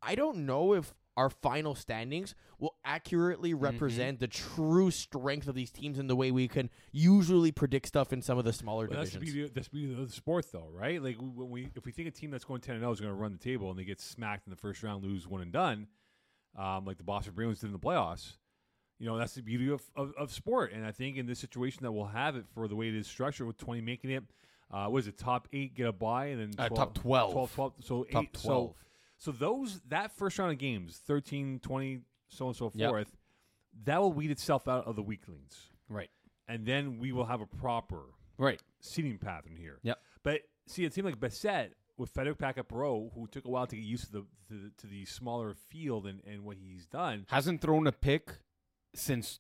Speaker 2: I don't know if our final standings will accurately represent the true strength of these teams in the way we can usually predict stuff in some of the smaller
Speaker 1: But that's the
Speaker 2: divisions.
Speaker 1: beauty, that's the beauty of the sport, though, right? Like when we, if we think a team that's going ten and zero is going to run the table and they get smacked in the first round, lose one and done, um, like the Boston Bruins did in the playoffs, you know that's the beauty of, of, of sport. And I think in this situation that we'll have it for the way it is structured with twenty making it, uh, what is it top eight get a bye and then
Speaker 3: Uh,
Speaker 1: 12,
Speaker 3: top 12.
Speaker 1: 12, 12, so
Speaker 3: Top
Speaker 1: eight,
Speaker 3: 12.
Speaker 1: So, so those that first round of games 13, 20, so on and so
Speaker 3: Yep.
Speaker 1: forth, that will weed itself out of the weaklings,
Speaker 3: Right.
Speaker 1: and then we will have a proper
Speaker 3: Right.
Speaker 1: seating pattern here.
Speaker 3: Yep.
Speaker 1: But see, it seemed like Bassett with Federic Packet Perot, who took a while to get used to the to, to the smaller field and, and what he's done.
Speaker 3: Hasn't thrown a pick since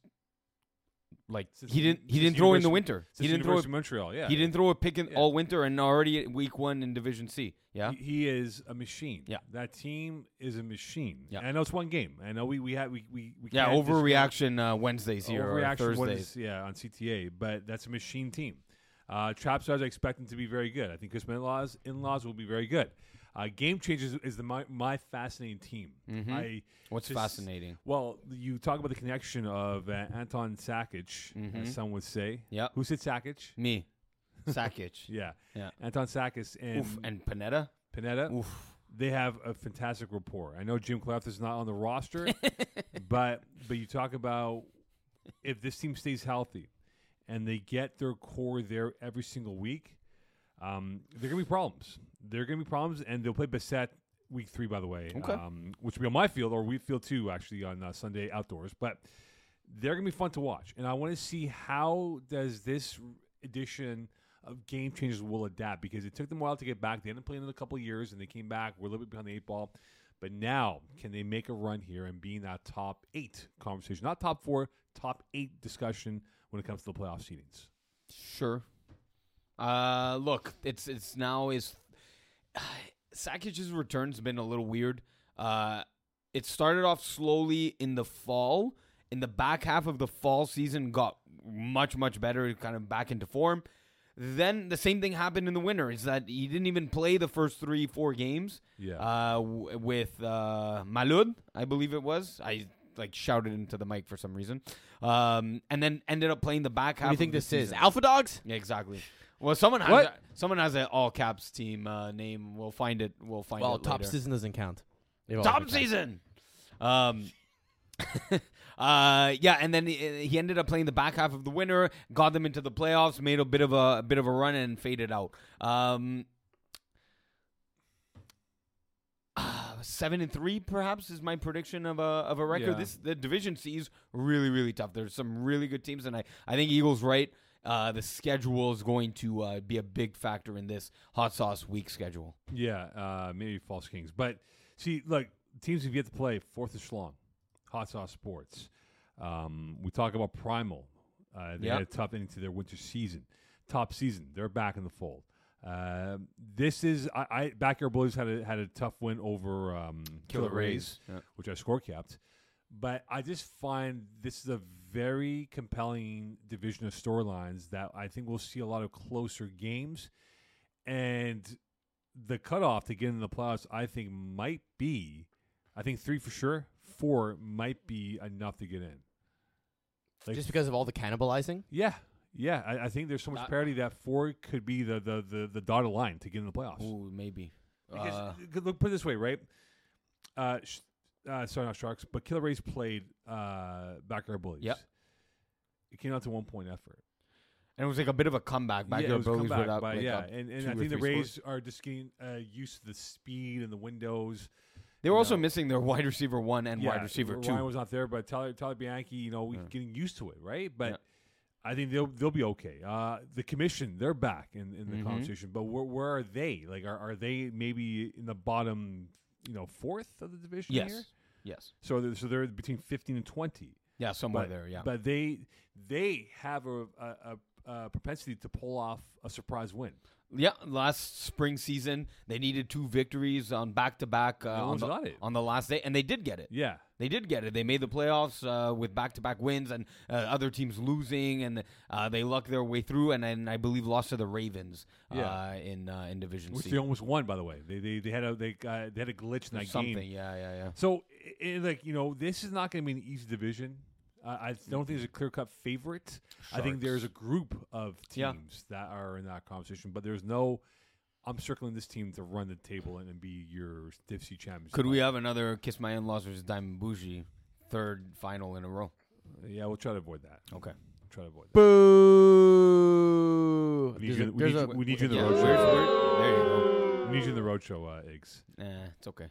Speaker 3: like
Speaker 1: Since
Speaker 3: he didn't he
Speaker 1: since
Speaker 3: didn't throw in the
Speaker 1: University-
Speaker 3: winter. He
Speaker 1: Since
Speaker 3: didn't throw a,
Speaker 1: University of Montreal. Yeah,
Speaker 3: he didn't throw a pick in
Speaker 1: Yeah.
Speaker 3: all winter and already at week 1 in division C. Yeah.
Speaker 1: He, he is a machine.
Speaker 3: Yeah.
Speaker 1: that team is a machine.
Speaker 3: Yeah.
Speaker 1: And I know it's one game. I know we we had we we, we
Speaker 3: Yeah,
Speaker 1: can't discount-
Speaker 3: overreaction uh, Wednesdays here
Speaker 1: Overreaction
Speaker 3: or Thursdays.
Speaker 1: was- yeah, on CTA, but that's a machine team. Uh, Trap Stars, I expect them to be very good. I think Chris Minlaw's in laws will be very good. Uh, Game Changers is the my, my fascinating team. I
Speaker 3: Mm-hmm. What's
Speaker 1: just-
Speaker 3: fascinating?
Speaker 1: Well, you talk about the connection of uh, Anton Sakic, as some would say.
Speaker 3: Mm-hmm. Yep.
Speaker 1: Who said Sakic?
Speaker 3: Me. Sakic.
Speaker 1: Yeah.
Speaker 3: Yeah.
Speaker 1: Anton Sakic and
Speaker 3: Oof, and Panetta.
Speaker 1: Panetta.
Speaker 3: Oof.
Speaker 1: They have a fantastic rapport. I know Jim Cleft is not on the roster, but but you talk about if this team stays healthy and they get their core there every single week, um, there are gonna be problems. There are gonna be problems, and they'll play Bassett week three, by the way,
Speaker 3: Okay.
Speaker 1: um, which will be on my field or we field two actually on uh, Sunday outdoors. But they're gonna be fun to watch, and I want to see how does this edition of game changers will adapt because it took them a while to get back. They hadn't played in a couple of years, and they came back. We're a little bit behind the eight ball. But now, can they make a run here and be in that top eight conversation? Not top four, top eight discussion when it comes to the playoff seedings.
Speaker 3: Sure. Uh, look, it's it's now is Sakic's return's been a little weird. Uh, it started off slowly in the fall. In the back half of the fall season, got much much better, kind of back into form. Then the same thing happened in the winter. Is that he didn't even play the first three four games.
Speaker 1: Yeah.
Speaker 3: Uh, w- with uh, Malud, I believe it was. I like shouted into the mic for some reason. Um, and then ended up playing the back half.
Speaker 2: What do you think
Speaker 3: of the
Speaker 2: this is?
Speaker 3: season.
Speaker 2: Alpha Dogs?
Speaker 3: Yeah, exactly. Well, someone has
Speaker 1: What?
Speaker 3: a, someone has an all caps team uh, name. We'll find it. We'll find
Speaker 2: Well,
Speaker 3: it
Speaker 2: top
Speaker 3: later.
Speaker 2: season doesn't count. They've all
Speaker 3: Top
Speaker 2: been count.
Speaker 3: season. Um. uh yeah, and then he he ended up playing the back half of the winter, got them into the playoffs, made a bit of a, a bit of a run, and faded out. Um, uh, seven and three, perhaps, is my prediction of a of a record.
Speaker 1: Yeah.
Speaker 3: This the division C is really really tough. There's some really good teams, and I I think Eagles right. Uh, the schedule is going to uh, be a big factor in this hot sauce week schedule.
Speaker 1: Yeah, uh, maybe False Kings. But see, look, teams we've yet to play, Fourth and Schlong, Hot Sauce Sports. Um, we talk about Primal. Uh, they
Speaker 3: Yeah.
Speaker 1: had a tough ending to their winter season, top season. They're back in the fold. Uh, this is I, I Backyard Blues had a had a tough win over um,
Speaker 3: Killer
Speaker 1: Killer Rays,
Speaker 3: Rays. Yeah.
Speaker 1: which I score capped. But I just find this is a very compelling division of storylines that I think we'll see a lot of closer games. And the cutoff to get in the playoffs, I think, might be, I think three for sure, four might be enough to get in. Like,
Speaker 2: Just because of all the cannibalizing?
Speaker 1: yeah, yeah, I, I think there's so much
Speaker 3: That-
Speaker 1: parity that four could be the the the, the dotted line to get in the playoffs.
Speaker 3: Ooh, maybe.
Speaker 1: Because
Speaker 3: Uh,
Speaker 1: look, put it this way, right? Uh, sh- uh, sorry, not Sharks, but Killer Rays played uh, Backyard Bullies.
Speaker 3: Yep.
Speaker 1: It came out to one point effort.
Speaker 3: And it was like a bit of a comeback. Back
Speaker 1: it
Speaker 3: there,
Speaker 1: was
Speaker 3: Bullies
Speaker 1: comeback,
Speaker 3: were up,
Speaker 1: but
Speaker 3: like,
Speaker 1: yeah,
Speaker 3: up
Speaker 1: and,
Speaker 3: two
Speaker 1: and I
Speaker 3: or
Speaker 1: think the
Speaker 3: three
Speaker 1: Rays
Speaker 3: scores.
Speaker 1: are just getting uh, used to the speed and the windows.
Speaker 3: They were also
Speaker 1: no.
Speaker 3: missing their wide receiver one and wide receiver
Speaker 1: Ryan
Speaker 3: two.
Speaker 1: was not there, but Tyler, Tyler Bianchi, you know, we're
Speaker 3: Yeah.
Speaker 1: getting used to it, right? But
Speaker 3: Yeah.
Speaker 1: I think they'll they'll be okay. Uh, the commission, they're back in, in the
Speaker 3: Mhm.
Speaker 1: conversation, but where, where are they? Like, are, are they maybe in the bottom, you know, fourth of the division here?
Speaker 3: yes, yes,
Speaker 1: So they're, so they're between fifteen and twenty.
Speaker 3: yeah, somewhere
Speaker 1: but,
Speaker 3: there. Yeah,
Speaker 1: But they they have a, a, a, a propensity to pull off a surprise win.
Speaker 3: yeah. Last spring season, they needed two victories on back to back
Speaker 1: No
Speaker 3: on
Speaker 1: one's
Speaker 3: the
Speaker 1: got it.
Speaker 3: on the last day, and they did get it.
Speaker 1: Yeah.
Speaker 3: They did get it. They made the playoffs uh, with back-to-back wins and uh, other teams losing, and uh, they lucked their way through. And, and I believe lost to the Ravens uh,
Speaker 1: Yeah.
Speaker 3: in uh, in Division
Speaker 1: Which
Speaker 3: C.
Speaker 1: they almost won, by the way. They they, they had a they got, they had a glitch in
Speaker 3: Or
Speaker 1: that
Speaker 3: something.
Speaker 1: game.
Speaker 3: Yeah, yeah, yeah.
Speaker 1: So i i like you know, this is not going to be an easy division. Uh, I don't think there's a
Speaker 3: Mm-hmm.
Speaker 1: clear cut favorite. I think there's a group of
Speaker 3: Yeah.
Speaker 1: teams that are in that conversation, but there's no. I'm circling this team to run the table and, and be your Dipsy champions.
Speaker 3: Could we uh, have another "Kiss My In-Laws" versus Diamond Bougie third final in a row?
Speaker 1: Yeah, we'll try to avoid that.
Speaker 3: Okay.
Speaker 1: Try to avoid that.
Speaker 2: Boo!
Speaker 1: We need
Speaker 2: There's
Speaker 1: you
Speaker 2: a-
Speaker 1: in- we
Speaker 2: there's
Speaker 1: need
Speaker 2: a-
Speaker 1: you- we need you in the
Speaker 3: Yeah,
Speaker 1: road
Speaker 3: where's-
Speaker 1: show.
Speaker 3: where- there you go.
Speaker 1: We need you in the roadshow, uh, Iggs.
Speaker 3: Eh, it's okay.
Speaker 1: Uh,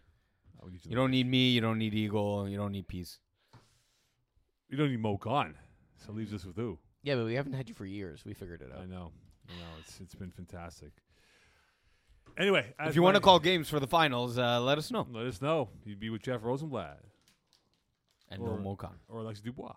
Speaker 1: we need in
Speaker 3: You
Speaker 1: the-
Speaker 3: don't need me. You don't need Eagle. You don't need Peace.
Speaker 1: you don't need Mo gone. So leaves us with who?
Speaker 2: Yeah, but we haven't had you for years. We figured it
Speaker 1: I
Speaker 2: out.
Speaker 1: know. I know. It's it's been fantastic. Anyway, as
Speaker 3: If you want to
Speaker 1: my-
Speaker 3: call games for the finals, uh, let us know.
Speaker 1: let us know. You'd be with Jeff Rosenblatt
Speaker 3: And
Speaker 1: Or-
Speaker 3: no Mocon.
Speaker 1: or Alexis Dubois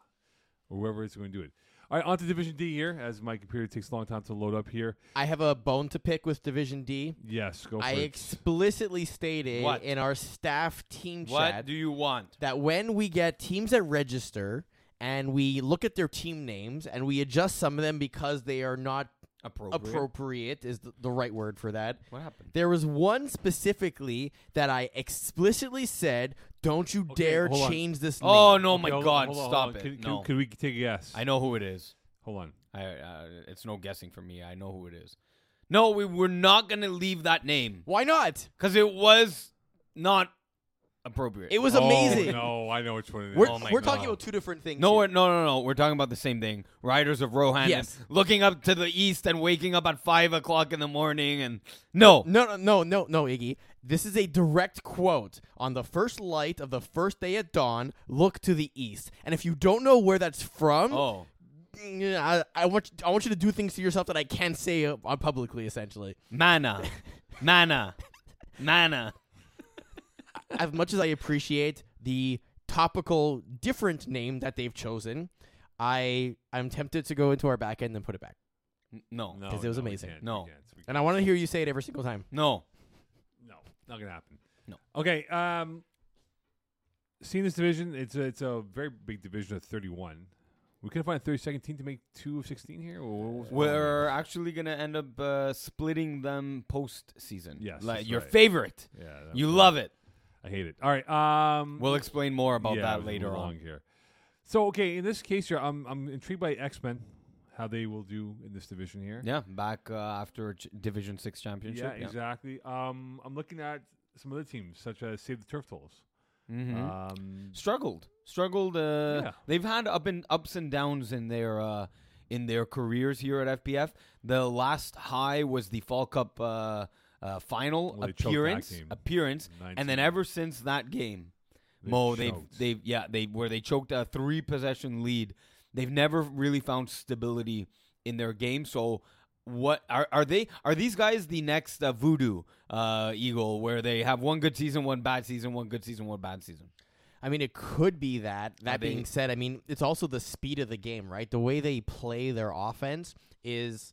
Speaker 1: or whoever is going to do it. All right, on to Division D here, as my computer takes a long time to load up here.
Speaker 2: I have a bone to pick with Division D.
Speaker 1: Yes, go for
Speaker 2: I
Speaker 1: it.
Speaker 2: explicitly stated
Speaker 3: What?
Speaker 2: in our staff team
Speaker 3: What
Speaker 2: chat
Speaker 3: do you want?
Speaker 2: that when we get teams that register and we look at their team names and we adjust some of them because they are not
Speaker 3: Appropriate.
Speaker 2: appropriate is the, the right word for that.
Speaker 3: what happened?
Speaker 2: There was one specifically that I explicitly said, "Don't you
Speaker 1: Okay,
Speaker 2: dare
Speaker 1: hold on.
Speaker 2: change this name."
Speaker 3: Oh no,
Speaker 1: Okay,
Speaker 3: my
Speaker 1: hold on,
Speaker 3: God!
Speaker 1: hold on, hold
Speaker 3: stop
Speaker 1: on.
Speaker 3: it!
Speaker 1: Could, could-
Speaker 3: no,
Speaker 1: could, we take a guess?
Speaker 3: I know who it is.
Speaker 1: Hold on.
Speaker 3: I, uh, it's no guessing for me. I know who it is. No, we we're not gonna leave that name
Speaker 2: Why not?
Speaker 3: because it was not appropriate.
Speaker 2: It was
Speaker 1: Oh,
Speaker 2: amazing.
Speaker 1: no, I know which one it is.
Speaker 2: We're,
Speaker 3: Oh my
Speaker 2: we're talking
Speaker 3: God.
Speaker 2: about two different things.
Speaker 3: no,
Speaker 2: here.
Speaker 3: we're, no, no, no. We're talking about the same thing. Riders of Rohan. and
Speaker 2: Yes.
Speaker 3: Looking up to the east and waking up at five o'clock in the morning, and no,
Speaker 2: No, no, no, no, no, Iggy. This is a direct quote. On the first light of the first day at dawn, look to the east. And if you don't know where that's from,
Speaker 3: oh,
Speaker 2: I, I want I want you to do things to yourself that I can't say uh, publicly. Essentially,
Speaker 3: mana, mana, mana.
Speaker 2: as much as I appreciate the topical, different name that they've chosen, I I'm tempted to go into our back end and put it back.
Speaker 3: No,
Speaker 1: No,
Speaker 2: 'Cause it was
Speaker 1: no, we
Speaker 2: amazing.
Speaker 1: can't,
Speaker 3: No.
Speaker 1: we can't, we
Speaker 2: And I want to hear you say it every single time.
Speaker 3: no.
Speaker 1: No, not gonna happen.
Speaker 3: No.
Speaker 1: Okay. Um, seeing this division, it's a, it's a very big division of 31. We couldn't find a 32nd team to make two of 16 here. Or what was the problem?
Speaker 3: We're actually gonna end up uh, splitting them post season.
Speaker 1: Yes,
Speaker 3: like
Speaker 1: that's
Speaker 3: your
Speaker 1: right.
Speaker 3: favorite.
Speaker 1: yeah, that
Speaker 3: You
Speaker 1: was-
Speaker 3: love it.
Speaker 1: I hate it. All right. Um,
Speaker 3: We'll explain more about
Speaker 1: yeah, it
Speaker 3: that
Speaker 1: was a little
Speaker 3: later
Speaker 1: long
Speaker 3: on.
Speaker 1: here. So okay, in this case here, I'm I'm intrigued by X Men, how they will do in this division here.
Speaker 3: Yeah, back uh, after ch- Division Six championship.
Speaker 1: Yeah, exactly. Um, I'm looking at some other teams such as Save the Turf Turtles.
Speaker 3: Mhm.
Speaker 1: Um,
Speaker 3: struggled, struggled. Uh,
Speaker 1: Yeah.
Speaker 3: They've had up and ups and downs in their uh, in their careers here at FPF. The last high was the Fall Cup uh, uh, final
Speaker 1: Well, they choked that
Speaker 3: appearance,
Speaker 1: game.
Speaker 3: appearance, and then
Speaker 1: 19.
Speaker 3: ever since that game,
Speaker 1: They've
Speaker 3: Mo, they've
Speaker 1: choked.
Speaker 3: they've yeah they where they choked a three possession lead. They've never really found stability in their game. So what are are they are these guys the next uh, voodoo uh, eagle where they have one good season, one bad season, one good season, one bad season?
Speaker 2: I mean, it could be that.
Speaker 3: Are
Speaker 2: That
Speaker 3: they-
Speaker 2: being said, I mean, it's also the speed of the game, right? The way they play their offense is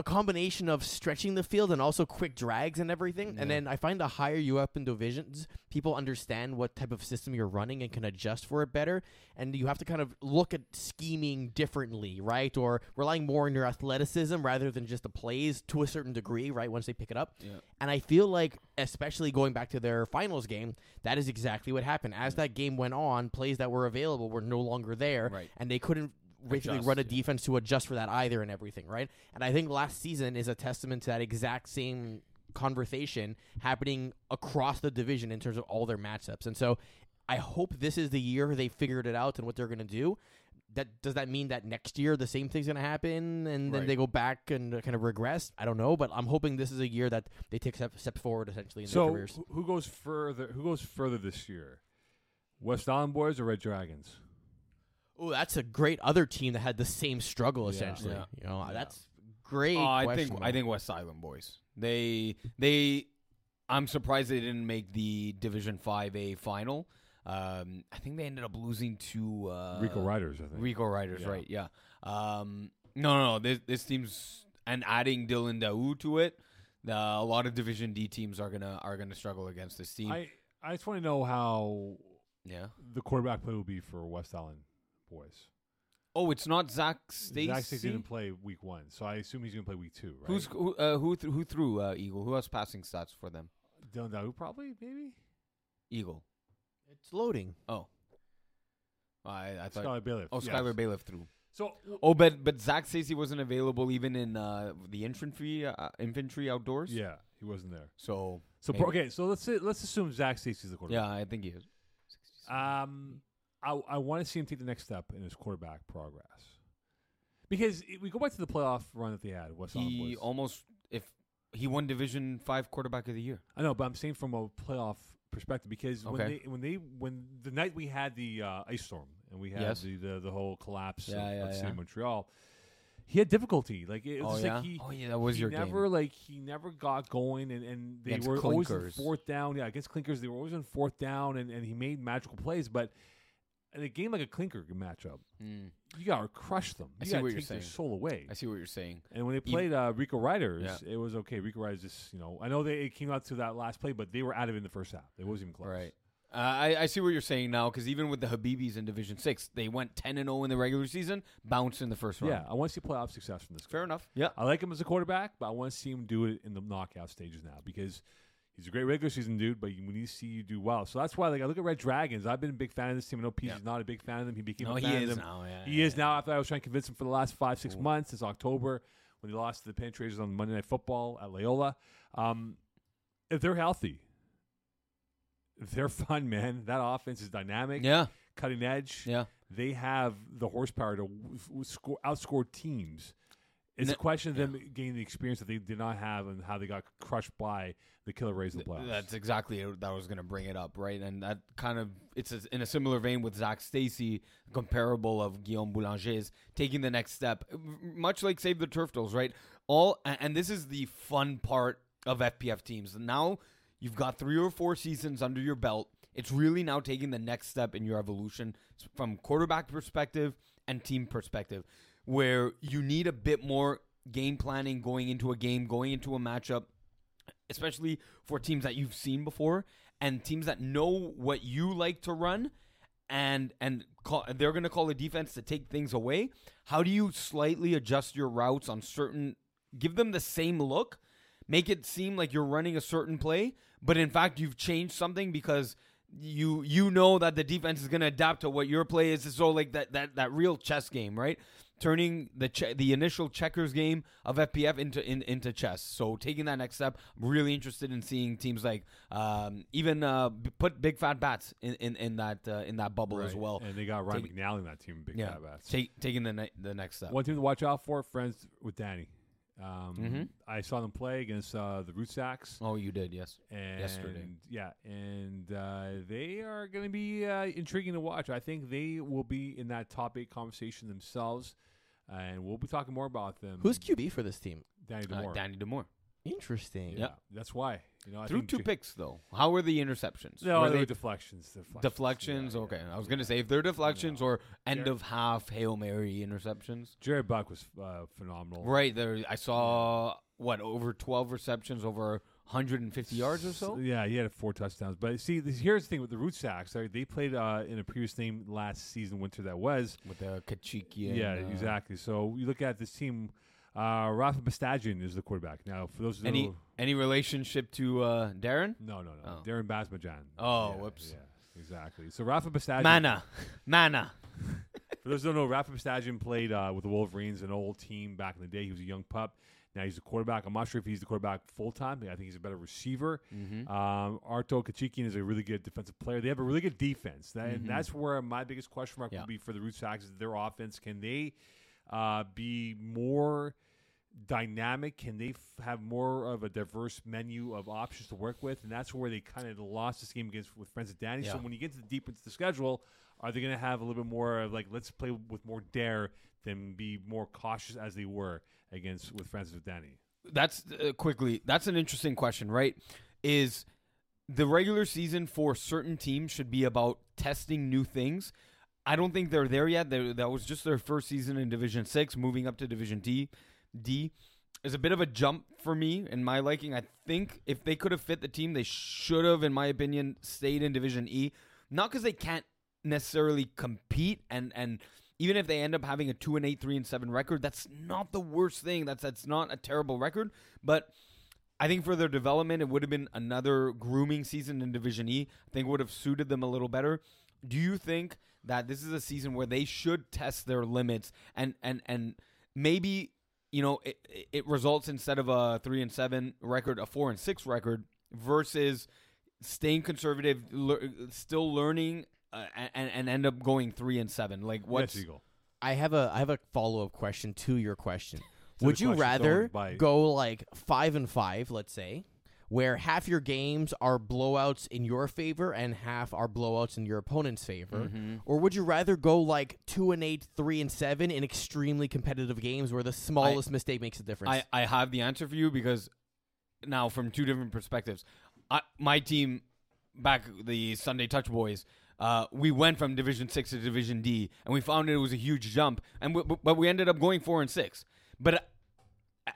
Speaker 2: a combination of stretching the field and also quick drags and everything. And then I find the higher you up in divisions, people understand what type of system you're running and can adjust for it better. And you have to kind of look at scheming differently, right? Or relying more on your athleticism rather than just the plays to a certain degree, right? Once they pick it up. And I feel like, especially going back to their finals game, that is exactly what happened. As that game went on, plays that were available were no longer there,
Speaker 3: Right.
Speaker 2: and they couldn't basically
Speaker 3: Adjust,
Speaker 2: run a
Speaker 3: yeah.
Speaker 2: defense to adjust for that either and everything, right? And I think last season is a testament to that exact same conversation happening across the division in terms of all their matchups. And so I hope this is the year they figured it out and what they're going to do. That does that mean that next year the same thing's going to happen and then
Speaker 3: Right.
Speaker 2: they go back and kind of regress? I don't know, but I'm hoping this is a year that they take step, steps forward essentially in their
Speaker 1: So
Speaker 2: careers.
Speaker 1: who- who goes further? Who goes further this year? West Island Boys or Red Dragons?
Speaker 2: Oh, that's a great other team that had the same struggle essentially.
Speaker 3: Yeah.
Speaker 2: You know,
Speaker 3: Yeah.
Speaker 2: that's great.
Speaker 3: Uh, I
Speaker 2: question,
Speaker 3: think
Speaker 2: though.
Speaker 3: I think West Island boys. They they. I'm surprised they didn't make the Division Five A final. Um, I think they ended up losing to uh,
Speaker 1: Rico Riders, I think.
Speaker 3: Rico Riders,
Speaker 1: Yeah.
Speaker 3: right? Yeah. Um, no, no, no. This, this team's and adding Dylan Daou to it. Uh, a lot of Division D teams are gonna are gonna struggle against this team.
Speaker 1: I I just want to know how
Speaker 3: yeah.
Speaker 1: the quarterback play will be for West Island Boys.
Speaker 3: Oh, it's not Zach Stacy.
Speaker 1: Zach Stacy didn't play week one, so I assume he's going to play week two, right?
Speaker 3: Who's who? Uh, who, th- who threw uh, Eagle? Who has passing stats for them?
Speaker 1: Dylan Daou? Probably, maybe.
Speaker 3: Eagle.
Speaker 2: it's loading.
Speaker 3: Oh, I, I thought.
Speaker 1: Skylar Bailiff.
Speaker 3: Oh,
Speaker 1: yes.
Speaker 3: Skylar Bailiff threw.
Speaker 1: So
Speaker 3: Oh, but but Zach Stacy wasn't available even in uh, the infantry uh, infantry outdoors.
Speaker 1: yeah, he wasn't there.
Speaker 3: So
Speaker 1: So
Speaker 3: Maybe.
Speaker 1: okay, so let's say, let's assume Zach Stacy's the quarterback.
Speaker 3: yeah, I think he is.
Speaker 1: Um, I I want to see him take the next step in his quarterback progress because it, we go back to the playoff run that they had. West Island
Speaker 3: He
Speaker 1: Boys.
Speaker 3: almost if he won Division Five Quarterback of the Year.
Speaker 1: I know, but I'm saying from a playoff perspective because when
Speaker 3: Okay.
Speaker 1: they when they when the night we had the uh, ice storm and we had
Speaker 3: Yes.
Speaker 1: the, the the whole collapse
Speaker 3: Yeah,
Speaker 1: of,
Speaker 3: yeah,
Speaker 1: of City
Speaker 3: yeah.
Speaker 1: of Montreal, he had difficulty. Like it was
Speaker 3: oh
Speaker 1: just
Speaker 3: yeah,
Speaker 1: like he.
Speaker 3: oh yeah, that was
Speaker 1: he
Speaker 3: your
Speaker 1: never
Speaker 3: game.
Speaker 1: like he never got going, and, and they
Speaker 3: Against
Speaker 1: were always
Speaker 3: Clinkers.
Speaker 1: in fourth down. Yeah, against clinkers, they were always in fourth down, and, and he made magical plays. But in a game like a clinker matchup,
Speaker 3: Mm,
Speaker 1: you gotta crush them.
Speaker 3: I
Speaker 1: You
Speaker 3: see
Speaker 1: gotta
Speaker 3: what
Speaker 1: take
Speaker 3: you're
Speaker 1: their
Speaker 3: saying.
Speaker 1: soul away.
Speaker 3: I see what you're saying.
Speaker 1: And when they
Speaker 3: Even-
Speaker 1: played uh, Rico Riders, it was okay. Rico Riders just, you know, I know they it came out to that last play, but they were out of it in the first half. It wasn't even close.
Speaker 3: Right. Uh, I, I see what you're saying now because even with the Habibis in Division Six, they went ten and zero in the regular season, bounced in the first
Speaker 1: Yeah,
Speaker 3: round.
Speaker 1: I want to see playoff success from this. guy.
Speaker 3: fair enough. Yeah,
Speaker 1: I like him as a quarterback, but I want to see him do it in the knockout stages now because he's a great regular season dude. But we need to see you do well. So that's why, like, I look at Red Dragons. I've been a big fan of this team. I know Peach
Speaker 3: Yeah.
Speaker 1: is not a big fan of them. He became
Speaker 3: no,
Speaker 1: a
Speaker 3: he
Speaker 1: fan of
Speaker 3: is
Speaker 1: them.
Speaker 3: now. Yeah,
Speaker 1: He
Speaker 3: yeah,
Speaker 1: is
Speaker 3: yeah.
Speaker 1: now. After I was trying to convince him for the last five, six months, since October when they lost to the Panthers on Monday Night Football at Loyola. Um, if they're healthy, they're fun, man. That offense is dynamic,
Speaker 3: Yeah,
Speaker 1: cutting edge.
Speaker 3: yeah.
Speaker 1: They have the horsepower to w- w- score, outscore teams. It's
Speaker 3: No-
Speaker 1: a question of them gaining the experience that they did not have and how they got crushed by the Killer Rays in the playoffs.
Speaker 3: That's exactly it that I was going to bring it up, right? And that kind of it's a, in a similar vein with Zach Stacy, comparable of Guillaume Boulanger's taking the next step, m- much like Save the Turtles, right? All a- and this is the fun part of FPF teams. Now you've got three or four seasons under your belt. It's really now taking the next step in your evolution s- from quarterback perspective and team perspective, where you need a bit more game planning going into a game, going into a matchup especially for teams that you've seen before and teams that know what you like to run and and call, they're going to call a defense to take things away how do you slightly adjust your routes on certain give them the same look make it seem like you're running a certain play but in fact you've changed something because you you know that the defense is going to adapt to what your play is so like that that that real chess game right turning the che- the initial checkers game of FPF into in, into chess so taking that next step I'm really interested in seeing teams like um, even uh, b- put big fat bats in in, in that uh, in that bubble as
Speaker 1: Right.
Speaker 3: well
Speaker 1: And they got Ryan
Speaker 3: Take-
Speaker 1: McNally in that team, big
Speaker 3: yeah
Speaker 1: fat bats.
Speaker 3: take, taking the ne- the next step
Speaker 1: One team to watch out for, friends with Danny. Um,
Speaker 3: Mm-hmm.
Speaker 1: I saw them play against uh, the Root Sacks.
Speaker 3: oh you did yes
Speaker 1: And,
Speaker 3: Yesterday.
Speaker 1: Yeah, and uh, they are going to be uh, intriguing to watch. I think they will be in that top eight conversation themselves, and we'll be talking more about them.
Speaker 2: Who's QB for this team?
Speaker 1: Danny
Speaker 3: Uh,
Speaker 1: DeMore?
Speaker 3: Danny Demore
Speaker 2: Interesting.
Speaker 1: yeah, that's why. You know, I
Speaker 3: through
Speaker 1: think
Speaker 3: two
Speaker 1: Ja-
Speaker 3: picks though how were the interceptions
Speaker 1: No,
Speaker 3: Were
Speaker 1: they
Speaker 3: they
Speaker 1: were deflections. Deflections.
Speaker 3: deflections
Speaker 1: yeah,
Speaker 3: okay
Speaker 1: yeah.
Speaker 3: i was going to say if they're deflections or end
Speaker 1: Sure.
Speaker 3: of half hail mary interceptions
Speaker 1: Jerry Buck was uh, phenomenal.
Speaker 3: Right there, I saw what over twelve receptions, over 150 yards or
Speaker 1: S-
Speaker 3: so.
Speaker 1: Yeah, he had four touchdowns. But see, this, here's the thing with the Root Sacks. They, they played uh, in a previous name last season, winter that was.
Speaker 3: With the Kachiki, uh,
Speaker 1: Yeah, exactly. So you look at this team. Uh, Rafa Bastagian is the quarterback now. For those who
Speaker 3: Any any relationship to uh, Darren?
Speaker 1: no, no, no,
Speaker 3: Oh.
Speaker 1: Darren Basmajan.
Speaker 3: Oh,
Speaker 1: yeah,
Speaker 3: whoops.
Speaker 1: Yeah, exactly. So Rafa Bastagian.
Speaker 3: Mana, Mana.
Speaker 1: For those who don't know, Rafa Bastagian played uh, with the Wolverines, an old team back in the day. He was a young pup. Now he's the quarterback. I'm not sure if he's the quarterback full time. I think he's a better receiver.
Speaker 3: Mm-hmm.
Speaker 1: Um, Arto Kachikian is a really good defensive player. They have a really good defense. That, And that's where my biggest question mark
Speaker 3: Mm-hmm. Yeah.
Speaker 1: would be for the Root Sacks is their offense. Can they uh, be more dynamic? Can they f- have more of a diverse menu of options to work with? And that's where they kind of lost this game against with Friends of Danny. So
Speaker 3: Yeah.
Speaker 1: when you get to the deep into the schedule, are they going to have a little bit more of like let's play with more dare than be more cautious as they were against with Francis of Danny?
Speaker 3: That's uh, quickly. That's an interesting question, right? Is the regular season for certain teams should be about testing new things. I don't think they're there yet. they that was just their first season in Division Six, moving up to Division D. D is a bit of a jump for me in my liking. I think if they could have fit the team, they should have, in my opinion, stayed in Division E. Not because they can't necessarily compete, and and even if they end up having a two and eight, three and seven record, that's not the worst thing. That's that's not a terrible record, but. I think for their development, it would have been another grooming season in Division E. I think it would have suited them a little better. Do you think that this is a season where they should test their limits and and and maybe you know it, it- it results instead of a three and seven record, a four and six record versus staying conservative, lear still learning, uh, and and end up going three and seven. Like what's
Speaker 1: yes, Eagle?
Speaker 2: I have a I have a follow up question to your question.
Speaker 1: the
Speaker 2: Would you
Speaker 1: question,
Speaker 2: rather
Speaker 1: don't bite.
Speaker 2: go like five and five, let's say, where half your games are blowouts in your favor and half are blowouts in your opponent's favor,
Speaker 1: Mm-hmm.
Speaker 2: or would you rather go like two and eight, three and seven in extremely competitive games where the smallest mistake makes a difference?
Speaker 3: I, I have the answer for you because now from two different perspectives. I, my team back the Sunday Touch Boys, uh, we went from Division Six to Division D, and we found it was a huge jump, and w- but we ended up going four and six. But uh,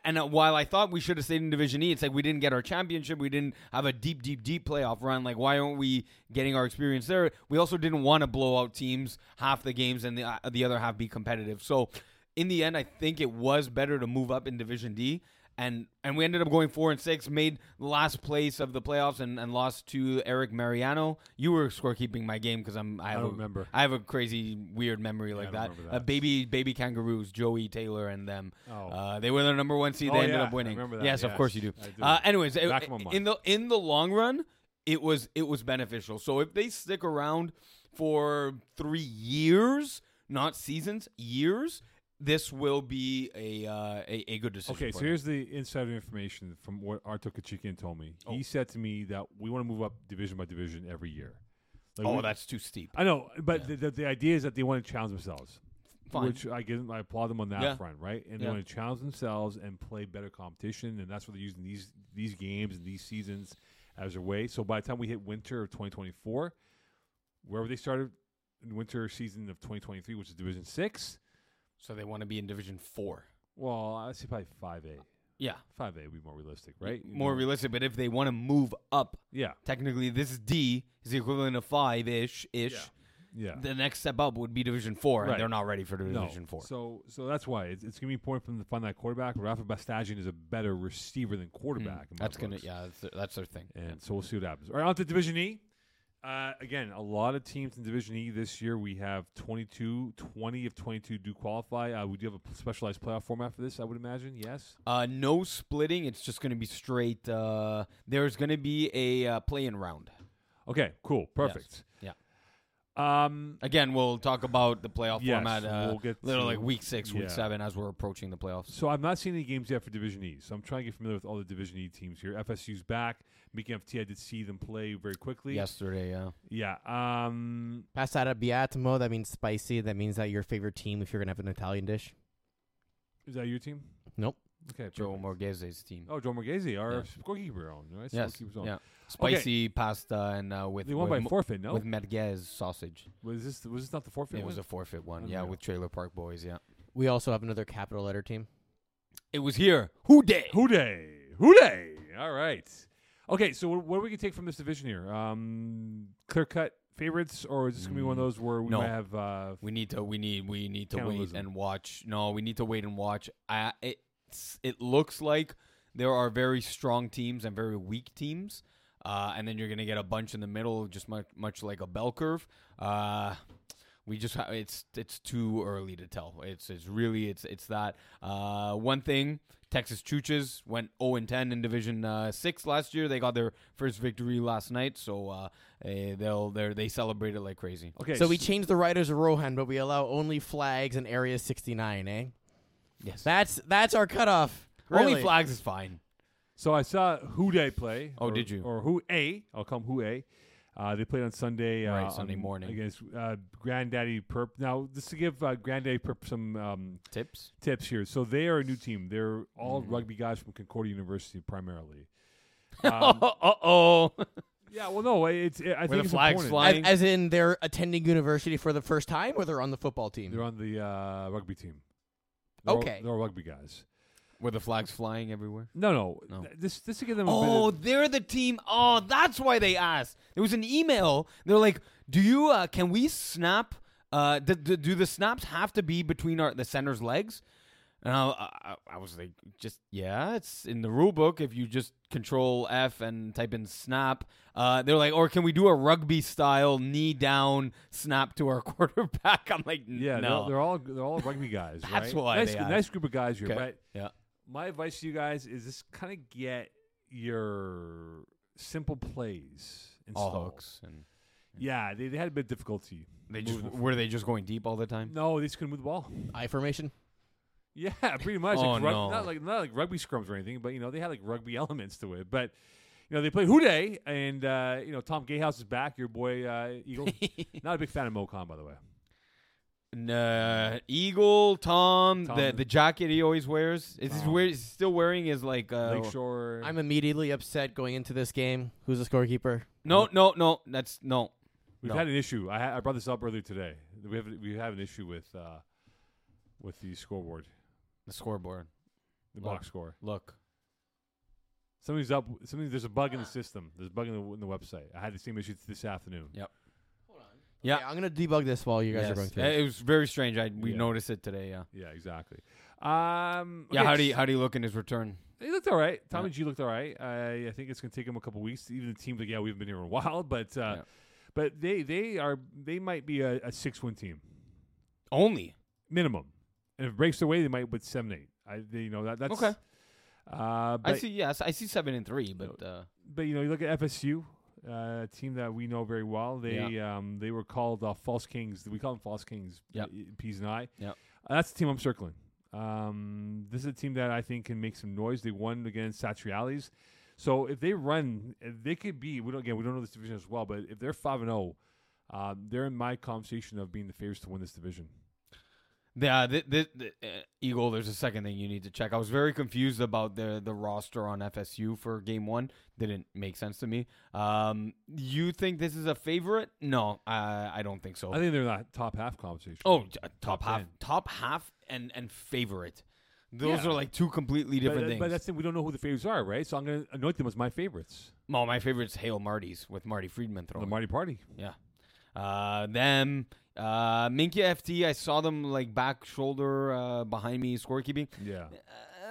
Speaker 3: and uh, while I thought we should have stayed in Division E, it's like we didn't get our championship. We didn't have a deep, deep, deep playoff run. Like, why aren't we getting our experience there? We also didn't want to blow out teams half the games and the uh, the other half be competitive. So, in the end, I think it was better to move up in Division D. And and we ended up going four and six, made last place of the playoffs, and, and lost to Eric Mariano. You were scorekeeping my game because I'm I, have
Speaker 1: don't
Speaker 3: a-
Speaker 1: remember.
Speaker 3: I have a crazy weird memory like
Speaker 1: I don't
Speaker 3: that.
Speaker 1: remember
Speaker 3: Uh,
Speaker 1: that.
Speaker 3: baby baby kangaroos, Joey Taylor and them.
Speaker 1: Oh.
Speaker 3: Uh, they were the number one seed.
Speaker 1: Oh,
Speaker 3: they ended
Speaker 1: yeah,
Speaker 3: up winning.
Speaker 1: I remember that,
Speaker 3: Yes, of
Speaker 1: yes.
Speaker 3: course you do.
Speaker 1: I do.
Speaker 3: Uh, anyways, it-
Speaker 1: Back of my mind.
Speaker 3: in the in the long run, it was it was beneficial. So if they stick around for three years, not seasons, years, this will be a uh, a, a good decision.
Speaker 1: Okay,
Speaker 3: for
Speaker 1: so
Speaker 3: them.
Speaker 1: here's the insider information from what Arto Kachikian told me.
Speaker 3: Oh.
Speaker 1: He said to me that we want to move up division by division every year. Like
Speaker 3: oh,
Speaker 1: we-
Speaker 3: that's too steep.
Speaker 1: I know, but the, the, the idea is that they want to challenge themselves,
Speaker 3: Fine.
Speaker 1: which I give them, I applaud them on that
Speaker 3: Yeah.
Speaker 1: front, right? And they
Speaker 3: Yeah.
Speaker 1: want to challenge themselves and play better competition, and that's what they're using these these games and these seasons as a way. So by the time we hit winter of 2024, wherever they started in winter season of 2023, which is Division Six,
Speaker 3: So they want to be in Division Four.
Speaker 1: well, I see probably five A,
Speaker 3: Yeah,
Speaker 1: five A would be more realistic, right? You
Speaker 3: More
Speaker 1: know?
Speaker 3: realistic, but if they want to move up,
Speaker 1: yeah,
Speaker 3: technically this D is the equivalent of five ish ish.
Speaker 1: Yeah. yeah.
Speaker 3: The next step up would be Division Four,
Speaker 1: Right.
Speaker 3: and they're not ready for
Speaker 1: No.
Speaker 3: Division Four.
Speaker 1: So so that's why it's, it's gonna be important for them to find that quarterback. Rafa Bastagian is a better receiver than quarterback. in my
Speaker 3: Hmm, That's gonna
Speaker 1: books.
Speaker 3: yeah, that's their, that's their thing.
Speaker 1: And so we'll see what happens. All right, on to Division E. Uh, again, a lot of teams in Division E this year. We have 22, 20 of 22 do qualify. Uh, we do have a p- specialized playoff format for this, I would imagine. Yes.
Speaker 3: Uh, no splitting. It's just gonna be straight. Uh, there's gonna be a uh, play-in round.
Speaker 1: Okay, cool. Perfect.
Speaker 3: Yeah.
Speaker 1: Um,
Speaker 3: Again, we'll talk about the playoff
Speaker 1: Yes,
Speaker 3: format. Uh,
Speaker 1: we'll get
Speaker 3: little
Speaker 1: to-
Speaker 3: like week six, week
Speaker 1: yeah.
Speaker 3: seven, as we're approaching the playoffs.
Speaker 1: So I've not seen any games yet for Division E. So I'm trying to get familiar with all the Division E teams here. FSU's back. Mickey FT, I did see them play very quickly.
Speaker 3: Yesterday, uh, yeah.
Speaker 1: Yeah. Um,
Speaker 2: Passata biatimo, that means spicy. That means that your favorite team if you're gonna have an Italian dish.
Speaker 1: is that your team?
Speaker 2: Nope.
Speaker 1: Okay.
Speaker 3: Joe
Speaker 1: perfect.
Speaker 3: Morgese's team.
Speaker 1: Oh, Joe Morghese, our
Speaker 3: Yeah.
Speaker 1: scorekeeper on, right?
Speaker 3: yes.
Speaker 1: Scorekeeper's own.
Speaker 3: Yeah. Spicy pasta and uh, with
Speaker 1: They won
Speaker 3: with,
Speaker 1: by
Speaker 3: mo-
Speaker 1: forfeit, no?
Speaker 3: with merguez sausage.
Speaker 1: was this was this not the forfeit?
Speaker 3: it
Speaker 1: one?
Speaker 3: was a forfeit one. Yeah,
Speaker 1: Unreal.
Speaker 3: with Trailer Park Boys. Yeah.
Speaker 2: We also have another capital letter team.
Speaker 3: It was here. Who day?
Speaker 1: Who day? Who day? All right. Okay, so what, what are we gonna take from this division here? Um, clear cut favorites, or is this gonna be one of those where we
Speaker 3: Mm. No.
Speaker 1: might have? Uh,
Speaker 3: We need to. We need. We need to
Speaker 1: Can't
Speaker 3: wait
Speaker 1: lose them.
Speaker 3: and watch. No, we need to wait and watch. I. It's. It looks like there are very strong teams and very weak teams, uh, and then you're gonna get a bunch in the middle, just much much like a bell curve. Uh, we just ha- it's it's too early to tell. It's it's really it's it's that uh, one thing. Texas Chooches went 0 and 10 in Division uh, Six last year. They got their first victory last night, so uh, eh, they'll they they celebrated like crazy.
Speaker 1: Okay,
Speaker 2: So we changed the riders of Rohan, but we allow only flags in Area 69, eh?
Speaker 3: Yes,
Speaker 2: That's that's our cutoff.
Speaker 3: only
Speaker 2: really.
Speaker 3: flags is fine.
Speaker 1: So I saw Who They play.
Speaker 3: Oh,
Speaker 1: or-
Speaker 3: did you?
Speaker 1: Or Who A? I'll call 'em Who A. Uh, they played on Sunday, uh,
Speaker 3: Right,
Speaker 1: on-
Speaker 3: Sunday morning.
Speaker 1: against uh, Granddaddy Perp. Now, just to give uh, Granddaddy Perp some um,
Speaker 3: Tips.
Speaker 1: tips here. So they are a new team. They're
Speaker 3: Mm.
Speaker 1: all rugby guys from Concordia University primarily. Um,
Speaker 3: uh oh.
Speaker 1: Yeah, well, no, it's it, I
Speaker 3: Where
Speaker 1: think
Speaker 3: the
Speaker 1: it's
Speaker 3: flags
Speaker 1: important.
Speaker 3: fly.
Speaker 2: As, as in they're attending university for the first time, or they're on the football team.
Speaker 1: They're on the uh, rugby team. They're all-
Speaker 2: Okay.
Speaker 1: they're all rugby guys.
Speaker 3: Were the flags flying everywhere?
Speaker 1: No, no,
Speaker 3: No.
Speaker 1: th- this this to give them. A bit
Speaker 3: Oh,
Speaker 1: of-
Speaker 3: they're the team. Oh, that's why they asked. There was an email. They're like, "Do you? Uh, can we snap? Uh, do, do, do the snaps have to be between our the center's legs?" And I, I, I was like, "Just yeah, it's in the rule book. If you just control F and type in snap, uh, they're like, or can we do a rugby style knee down snap to our quarterback?" I'm like,
Speaker 1: yeah, they're-
Speaker 3: no,
Speaker 1: they're, all they're all rugby guys.
Speaker 3: That's
Speaker 1: right?
Speaker 3: why
Speaker 1: Nice,
Speaker 3: they asked.
Speaker 1: nice group of guys here,
Speaker 3: Okay.
Speaker 1: but
Speaker 3: yeah."
Speaker 1: my advice to you guys is just kind of get your simple plays
Speaker 3: All
Speaker 1: installed.
Speaker 3: hooks and
Speaker 1: Yeah, they, they had a bit of difficulty.
Speaker 3: they just
Speaker 1: moving the-
Speaker 3: were they just going deep all the time.
Speaker 1: no, they just couldn't move the ball.
Speaker 2: I formation.
Speaker 1: Yeah, pretty much.
Speaker 3: Oh,
Speaker 1: like, rug-
Speaker 3: no.
Speaker 1: Not like not like rugby scrums or anything, but you know they had like rugby elements to it. But you know they play Houday, and uh, you know Tom Gayhouse is back. Your boy uh, Eagle. not a big fan of Mocon, by the way.
Speaker 3: Nah, uh, Eagle Tom,
Speaker 1: Tom.
Speaker 3: the the jacket he always wears. Is he
Speaker 1: Tom.
Speaker 3: wear, is he still wearing his like uh,
Speaker 1: Lakeshore.
Speaker 2: I'm immediately upset going into this game. Who's the scorekeeper?
Speaker 3: No, no, no. That's no.
Speaker 1: We've
Speaker 3: No.
Speaker 1: had an issue. I, ha- I brought this up earlier today. We have we have an issue with uh, with the scoreboard,
Speaker 3: The scoreboard.
Speaker 1: the
Speaker 3: Look.
Speaker 1: box score.
Speaker 3: Look.
Speaker 1: Something's up. Something. There's a bug in the system. There's a bug in the, in the website. I had the same issue this afternoon.
Speaker 3: Yeah. Yeah.
Speaker 2: Okay, I'm gonna debug this while you guys are
Speaker 3: Yes.
Speaker 2: going through.
Speaker 3: Uh,
Speaker 2: it.
Speaker 3: It was very strange. I we
Speaker 1: Yeah.
Speaker 3: noticed it today. Yeah.
Speaker 1: Yeah, exactly. Um,
Speaker 3: Yeah.
Speaker 1: okay,
Speaker 3: How do you
Speaker 1: s-
Speaker 3: how do you look in his return?
Speaker 1: He looked all right. Tommy
Speaker 3: Yeah.
Speaker 1: G looked all right. I, I think it's going to take him a couple weeks. Even the team's like, yeah, we've been here a while, but uh,
Speaker 3: Yeah.
Speaker 1: but they they are they might be a, a six one team
Speaker 3: Only.
Speaker 1: minimum, and if it breaks away, they might with seven eight. I they, you know that that's
Speaker 3: Okay.
Speaker 1: Uh,
Speaker 3: I
Speaker 1: but,
Speaker 3: see. Yes, I see seven and three. But uh,
Speaker 1: but you know you look at FSU, uh, a team that we know very well. They um, they were called uh, false kings. We call them false kings.
Speaker 3: Yep.
Speaker 1: uh, P's and I.
Speaker 3: Yep.
Speaker 1: Uh, that's the team I'm circling. Um, this is a team that I think can make some noise. They won against Satriales. So if they run, uh, they could be. We don't again. We don't know this division as well, but if they're five and zero, um, they're in my conversation of being the favorites to win this division.
Speaker 3: yeah, the, the, the, uh, Eagle. There's a second thing you need to check. I was very confused about the the roster on FSU for game one. Didn't make sense to me. Um, you think this is a favorite? No, I I don't think so.
Speaker 1: I think they're in that top half conversation.
Speaker 3: Oh, j- top half,
Speaker 1: 10.
Speaker 3: top half, and and favorite. Those
Speaker 1: Yeah.
Speaker 3: are like two completely different
Speaker 1: but,
Speaker 3: things.
Speaker 1: But that's the, we don't know who the favorites are, right? So I'm going to anoint them as my favorites.
Speaker 3: well, my favorite's Hale Marty's with Marty Friedman
Speaker 1: The
Speaker 3: throwing.
Speaker 1: Marty Party.
Speaker 3: yeah, uh, them. Uh, Minky FT. I saw them like back shoulder uh, behind me scorekeeping.
Speaker 1: Yeah.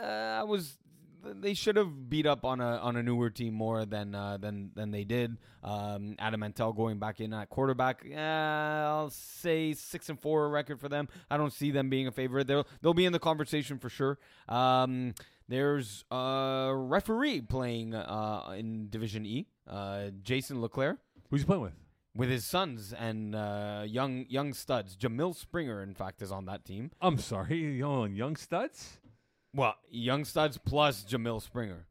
Speaker 3: Uh, I was. They should have beat up on a on a newer team more than uh, than than they did. Um, Adam Antel going back in at quarterback. Uh, I'll say six and four record for them. I don't see them being a favorite. They'll they'll be in the conversation for sure. Um, there's a referee playing uh, in Division E. Uh, Jason Leclerc
Speaker 1: Who's he playing with?
Speaker 3: with his sons and uh, young young studs. Jamil Springer, in fact, is on that team.
Speaker 1: I'm sorry, you on Young Studs?
Speaker 3: Well, young studs plus Jamil Springer.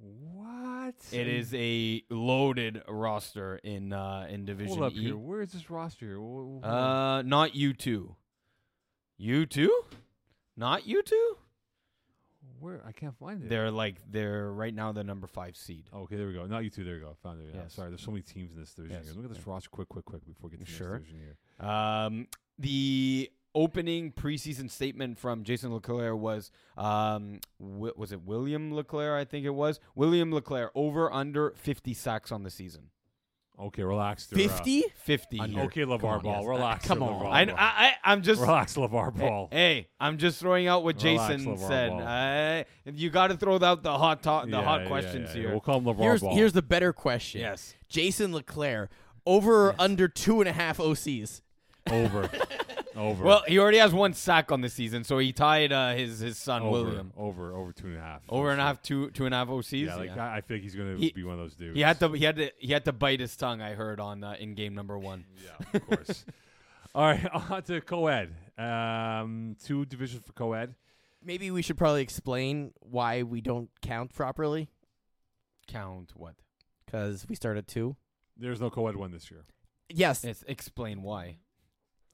Speaker 1: What?
Speaker 3: It is a loaded roster in uh, in Division
Speaker 1: Hold up
Speaker 3: E.
Speaker 1: here. Where is this roster? here? Wh- wh-
Speaker 3: Uh, not you two. You two? Not you two?
Speaker 1: where I can't find it.
Speaker 3: They're like they're right now the number five seed.
Speaker 1: Okay, there we go. Not you two. There we go. Found it. Yeah.
Speaker 3: Yes.
Speaker 1: Sorry, there's so many teams in this division.
Speaker 3: Yes.
Speaker 1: Here. Look at this roster, quick, quick, quick, before we get to the
Speaker 3: Sure.
Speaker 1: next division here.
Speaker 3: Um, the opening preseason statement from Jason Leclaire was, um, w- was it William Leclaire? I think it was William Leclaire over under fifty sacks on the season.
Speaker 1: Okay, relax. They're, uh,
Speaker 2: Fifty.
Speaker 3: Fifty.
Speaker 2: Under.
Speaker 3: here.
Speaker 1: Okay, Levar
Speaker 2: Come on,
Speaker 1: Ball.
Speaker 2: yes.
Speaker 1: Relax.
Speaker 2: Come
Speaker 1: here,
Speaker 2: on.
Speaker 1: LeVar
Speaker 3: Ah, I,
Speaker 1: Ball.
Speaker 3: I, I'm just
Speaker 1: relax, Levar Ball.
Speaker 3: Hey, I'm just throwing out what
Speaker 1: Relax,
Speaker 3: Jason
Speaker 1: LeVar
Speaker 3: said.
Speaker 1: Ball.
Speaker 3: I- you got to throw out the hot to- the
Speaker 1: Yeah,
Speaker 3: hot
Speaker 1: yeah,
Speaker 3: questions
Speaker 1: yeah, yeah.
Speaker 3: here.
Speaker 1: We'll call him Levar
Speaker 2: Here's
Speaker 1: Ball.
Speaker 2: here's the better question.
Speaker 3: Yes.
Speaker 2: Jason Leclerc over or under two and a half OCs.
Speaker 1: Over. over.
Speaker 3: Well, he already has one sack on the season, so he tied uh, his his son
Speaker 1: over,
Speaker 3: William
Speaker 1: Over. Over two and a half.
Speaker 3: over and a half two two and a half OCs.
Speaker 1: Yeah, like I, I think he's gonna
Speaker 3: He-
Speaker 1: be one of those dudes.
Speaker 3: He had to he had to he had to bite his tongue. I heard on uh, in game number one.
Speaker 1: Yeah, of course. All right, on to co-ed. Um, two divisions for co-ed.
Speaker 2: Maybe we should probably explain why we don't count properly
Speaker 3: Count what?
Speaker 2: because we start at two.
Speaker 1: There's no co-ed one this year.
Speaker 2: Yes.
Speaker 3: It's explain why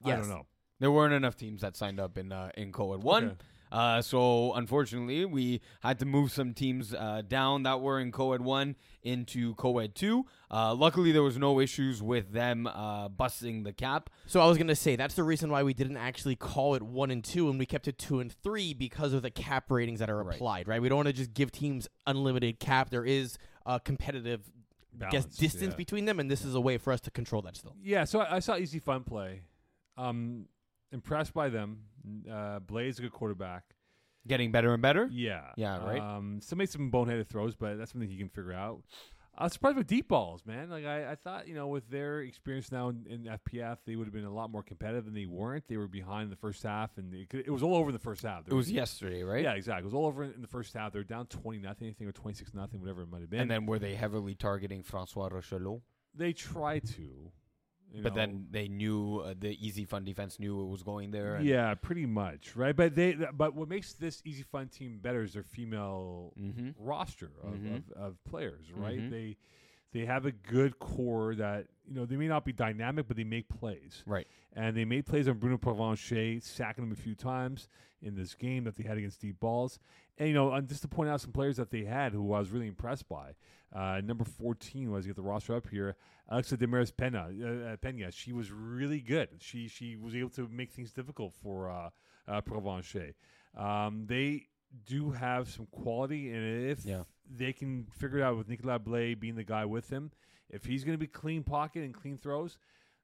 Speaker 1: I
Speaker 2: Yes.
Speaker 1: don't know.
Speaker 3: there weren't enough teams that signed up in uh, in co-ed one.
Speaker 1: Okay.
Speaker 3: Uh, so unfortunately, we had to move some teams uh, down that were in co-ed one into co-ed two. Uh, luckily, there was no issues with them uh, busting the cap.
Speaker 2: So I was gonna say that's the reason why we didn't actually call it one and two, and we kept it two and three because of the cap ratings that are
Speaker 3: Right.
Speaker 2: applied. Right? We don't want to just give teams unlimited cap. There is a competitive I guess
Speaker 1: Balance,
Speaker 2: distance
Speaker 1: yeah.
Speaker 2: between them, and this is a way for us to control that still.
Speaker 1: Yeah, so I, I saw Easy Fun play. Um, impressed by them. Uh, Blade's a good quarterback.
Speaker 3: Getting better and better.
Speaker 1: Yeah.
Speaker 3: Yeah, right?
Speaker 1: Um, still made some boneheaded throws, but that's something he can figure out. I was surprised with deep balls, man. Like I, I thought, you know, with their experience now in, in FPF, they would have been a lot more competitive than they weren't. They were behind in the first half, and it, it was all over in the first half.
Speaker 3: It was yesterday, right?
Speaker 1: yeah, exactly. It was all over in the first half. They were down twenty nothing, I think, or twenty six nothing, whatever it might have been.
Speaker 3: And then were they heavily targeting Francois Rochelot?
Speaker 1: they tried to, you
Speaker 3: But
Speaker 1: know.
Speaker 3: then they knew uh, the easy fun defense knew it was going there. And
Speaker 1: yeah, pretty much, right? But they, th- but what makes this easy fun team better is their female
Speaker 3: Mhm.
Speaker 1: roster of,
Speaker 3: Mhm.
Speaker 1: of, of players, right?
Speaker 3: Mhm.
Speaker 1: They they have a good core that you know they may not be dynamic, but they make plays,
Speaker 3: Right.
Speaker 1: and they made plays on Bruno Provencher, sacking him a few times in this game that they had against deep balls. And you know, and just to point out some players that they had who I was really impressed by. Uh, number fourteen was get the roster up here. Alexa Demaris Pena, uh, uh, Pena. She was really good. She she was able to make things difficult for uh, uh, Provencher. Um, they do have some quality, and if
Speaker 3: Yeah.
Speaker 1: they can figure it out with Nicolas Blay being the guy with him, if he's going to be clean pocket and clean throws,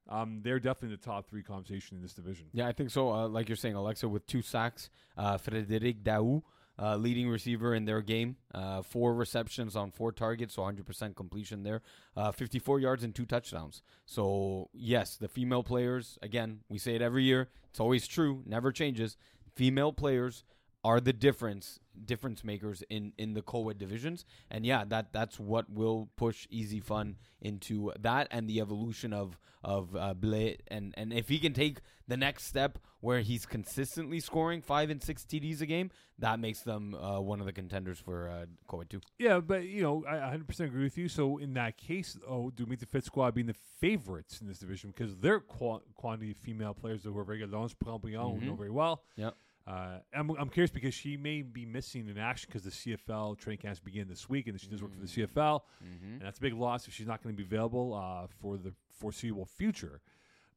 Speaker 1: um, they're definitely the top three conversation in this division.
Speaker 3: Yeah, I think so. Uh, like you're saying, Alexa with two sacks, uh, Frederic Daou, uh, leading receiver in their game, uh, four receptions on four targets, so 100% completion there, uh, 54 yards and two touchdowns. So, yes, the female players, again, we say it every year, it's always true, never changes. Female players are the difference difference makers in in the co-ed divisions and yeah that that's what will push easy fun into that and the evolution of of uh, Blay and and if he can take the next step where he's consistently scoring 5 and 6 TDs a game that makes them uh, one of the contenders for uh, co-ed 2
Speaker 1: Yeah, but you know, I 100% agree with you. So in that case, oh, do meet the fit squad being the favorites in this division because their qua- quantity of female players who are very good. Lawrence Pompillon, who know very well.
Speaker 3: Yep.
Speaker 1: Uh, I'm, I'm curious because she may be missing in action because the CFL training camps begin this week, and she does work for the CFL,
Speaker 3: Mm-hmm.
Speaker 1: and that's a big loss if she's not going to be available uh, for the foreseeable future.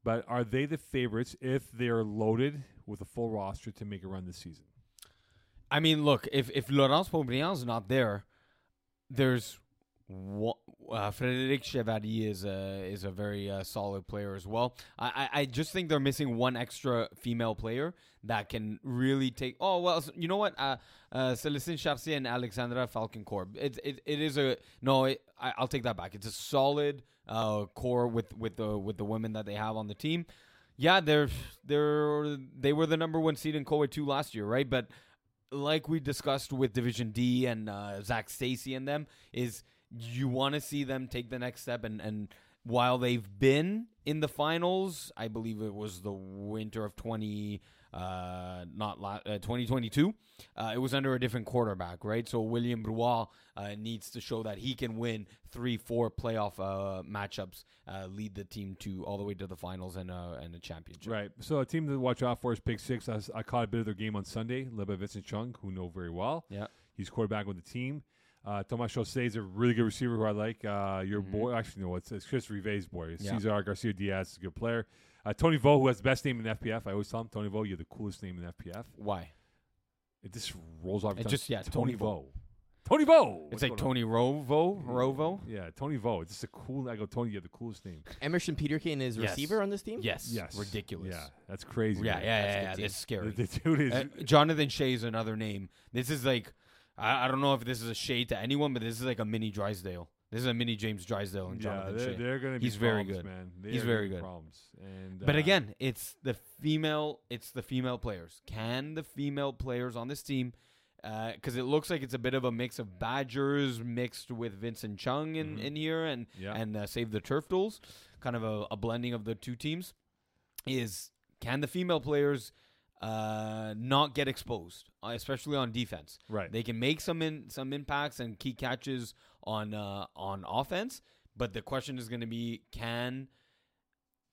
Speaker 1: But are they the favorites if they're loaded with a full roster to make a run this season?
Speaker 3: I mean, look, if if Laurence Pobriand's not there, there's one, uh, Frederic Chevalier is a is a very uh, solid player as well. I, I I just think they're missing one extra female player that can really take. Oh well, s- you know what? Uh, uh, Celestine Chapsier and Alexandra Falcon Corb. It it, it is a no. It, I, I'll take that back. It's a solid uh, core with with the with the women that they have on the team. Yeah, they're they're they were the number one seed in co two last year, right? But like we discussed with Division D and uh, Zach Stacy and them, is you want to see them take the next step. And, and while they've been in the finals, I believe it was the winter of 20, uh, not la- uh, 2022, uh, it was under a different quarterback, right? So William Brouard uh, needs to show that he can win three, four playoff uh, matchups, uh, lead the team to all the way to the finals and, uh, and a championship.
Speaker 1: Right. So a team to watch out for is Pick Six. I, s- I caught a bit of their game on Sunday, led by Vincent Chung, who know very well.
Speaker 3: Yeah.
Speaker 1: He's quarterback with the team. Uh, Tomas Jose is a really good receiver who I like. Uh, your boy, actually, no, it's, it's Chris Rive's boy.
Speaker 3: Mm-hmm. Yeah.
Speaker 1: Cesar Garcia Diaz is a good player. Uh, Tony Vo, who has the best name in FPF. I always tell him, Tony Vo, you're the coolest name in FPF.
Speaker 3: Why?
Speaker 1: It just rolls off. your
Speaker 3: It
Speaker 1: tongue.
Speaker 3: just- yeah, Tony Vo.
Speaker 1: Tony Vo.
Speaker 3: It's
Speaker 1: What's
Speaker 3: like
Speaker 1: going on?
Speaker 3: Tony Rovo, Rovo.
Speaker 1: Yeah, Tony Vo. It's just a cool. I go, Tony, you have the coolest name.
Speaker 2: Emerson Peterkin is
Speaker 3: Yes.
Speaker 2: receiver on this team.
Speaker 3: Yes.
Speaker 1: Yes.
Speaker 3: Ridiculous.
Speaker 1: Yeah, that's crazy.
Speaker 3: Yeah,
Speaker 1: man.
Speaker 3: yeah, yeah.
Speaker 2: good
Speaker 3: yeah,
Speaker 2: team.
Speaker 3: This is
Speaker 1: The,
Speaker 3: scary.
Speaker 1: the dude is.
Speaker 3: Uh, Jonathan Shea is another name. This is like, I, I don't know if this is a shade to anyone, but this is like a mini Drysdale. This is a mini James Drysdale and Jonathan
Speaker 1: yeah, they're,
Speaker 3: Shea.
Speaker 1: they're going to be
Speaker 3: He's very
Speaker 1: problems,
Speaker 3: good.
Speaker 1: man. They
Speaker 3: He's
Speaker 1: are gonna
Speaker 3: very
Speaker 1: be
Speaker 3: good.
Speaker 1: Problems. And,
Speaker 3: But
Speaker 1: uh,
Speaker 3: again, it's the female. It's the female players. Can the female players on this team? Because it looks like it's a bit of a mix of Badgers mixed with Vincent Chung in,
Speaker 1: Mhm.
Speaker 3: in here, and
Speaker 1: yeah.
Speaker 3: and uh, Save the Turtles, kind of a, a blending of the two teams, is can the female players uh, not get exposed, uh, especially on defense?
Speaker 1: right.
Speaker 3: They can make some in, some impacts and key catches on uh, on offense, but the question is going to be can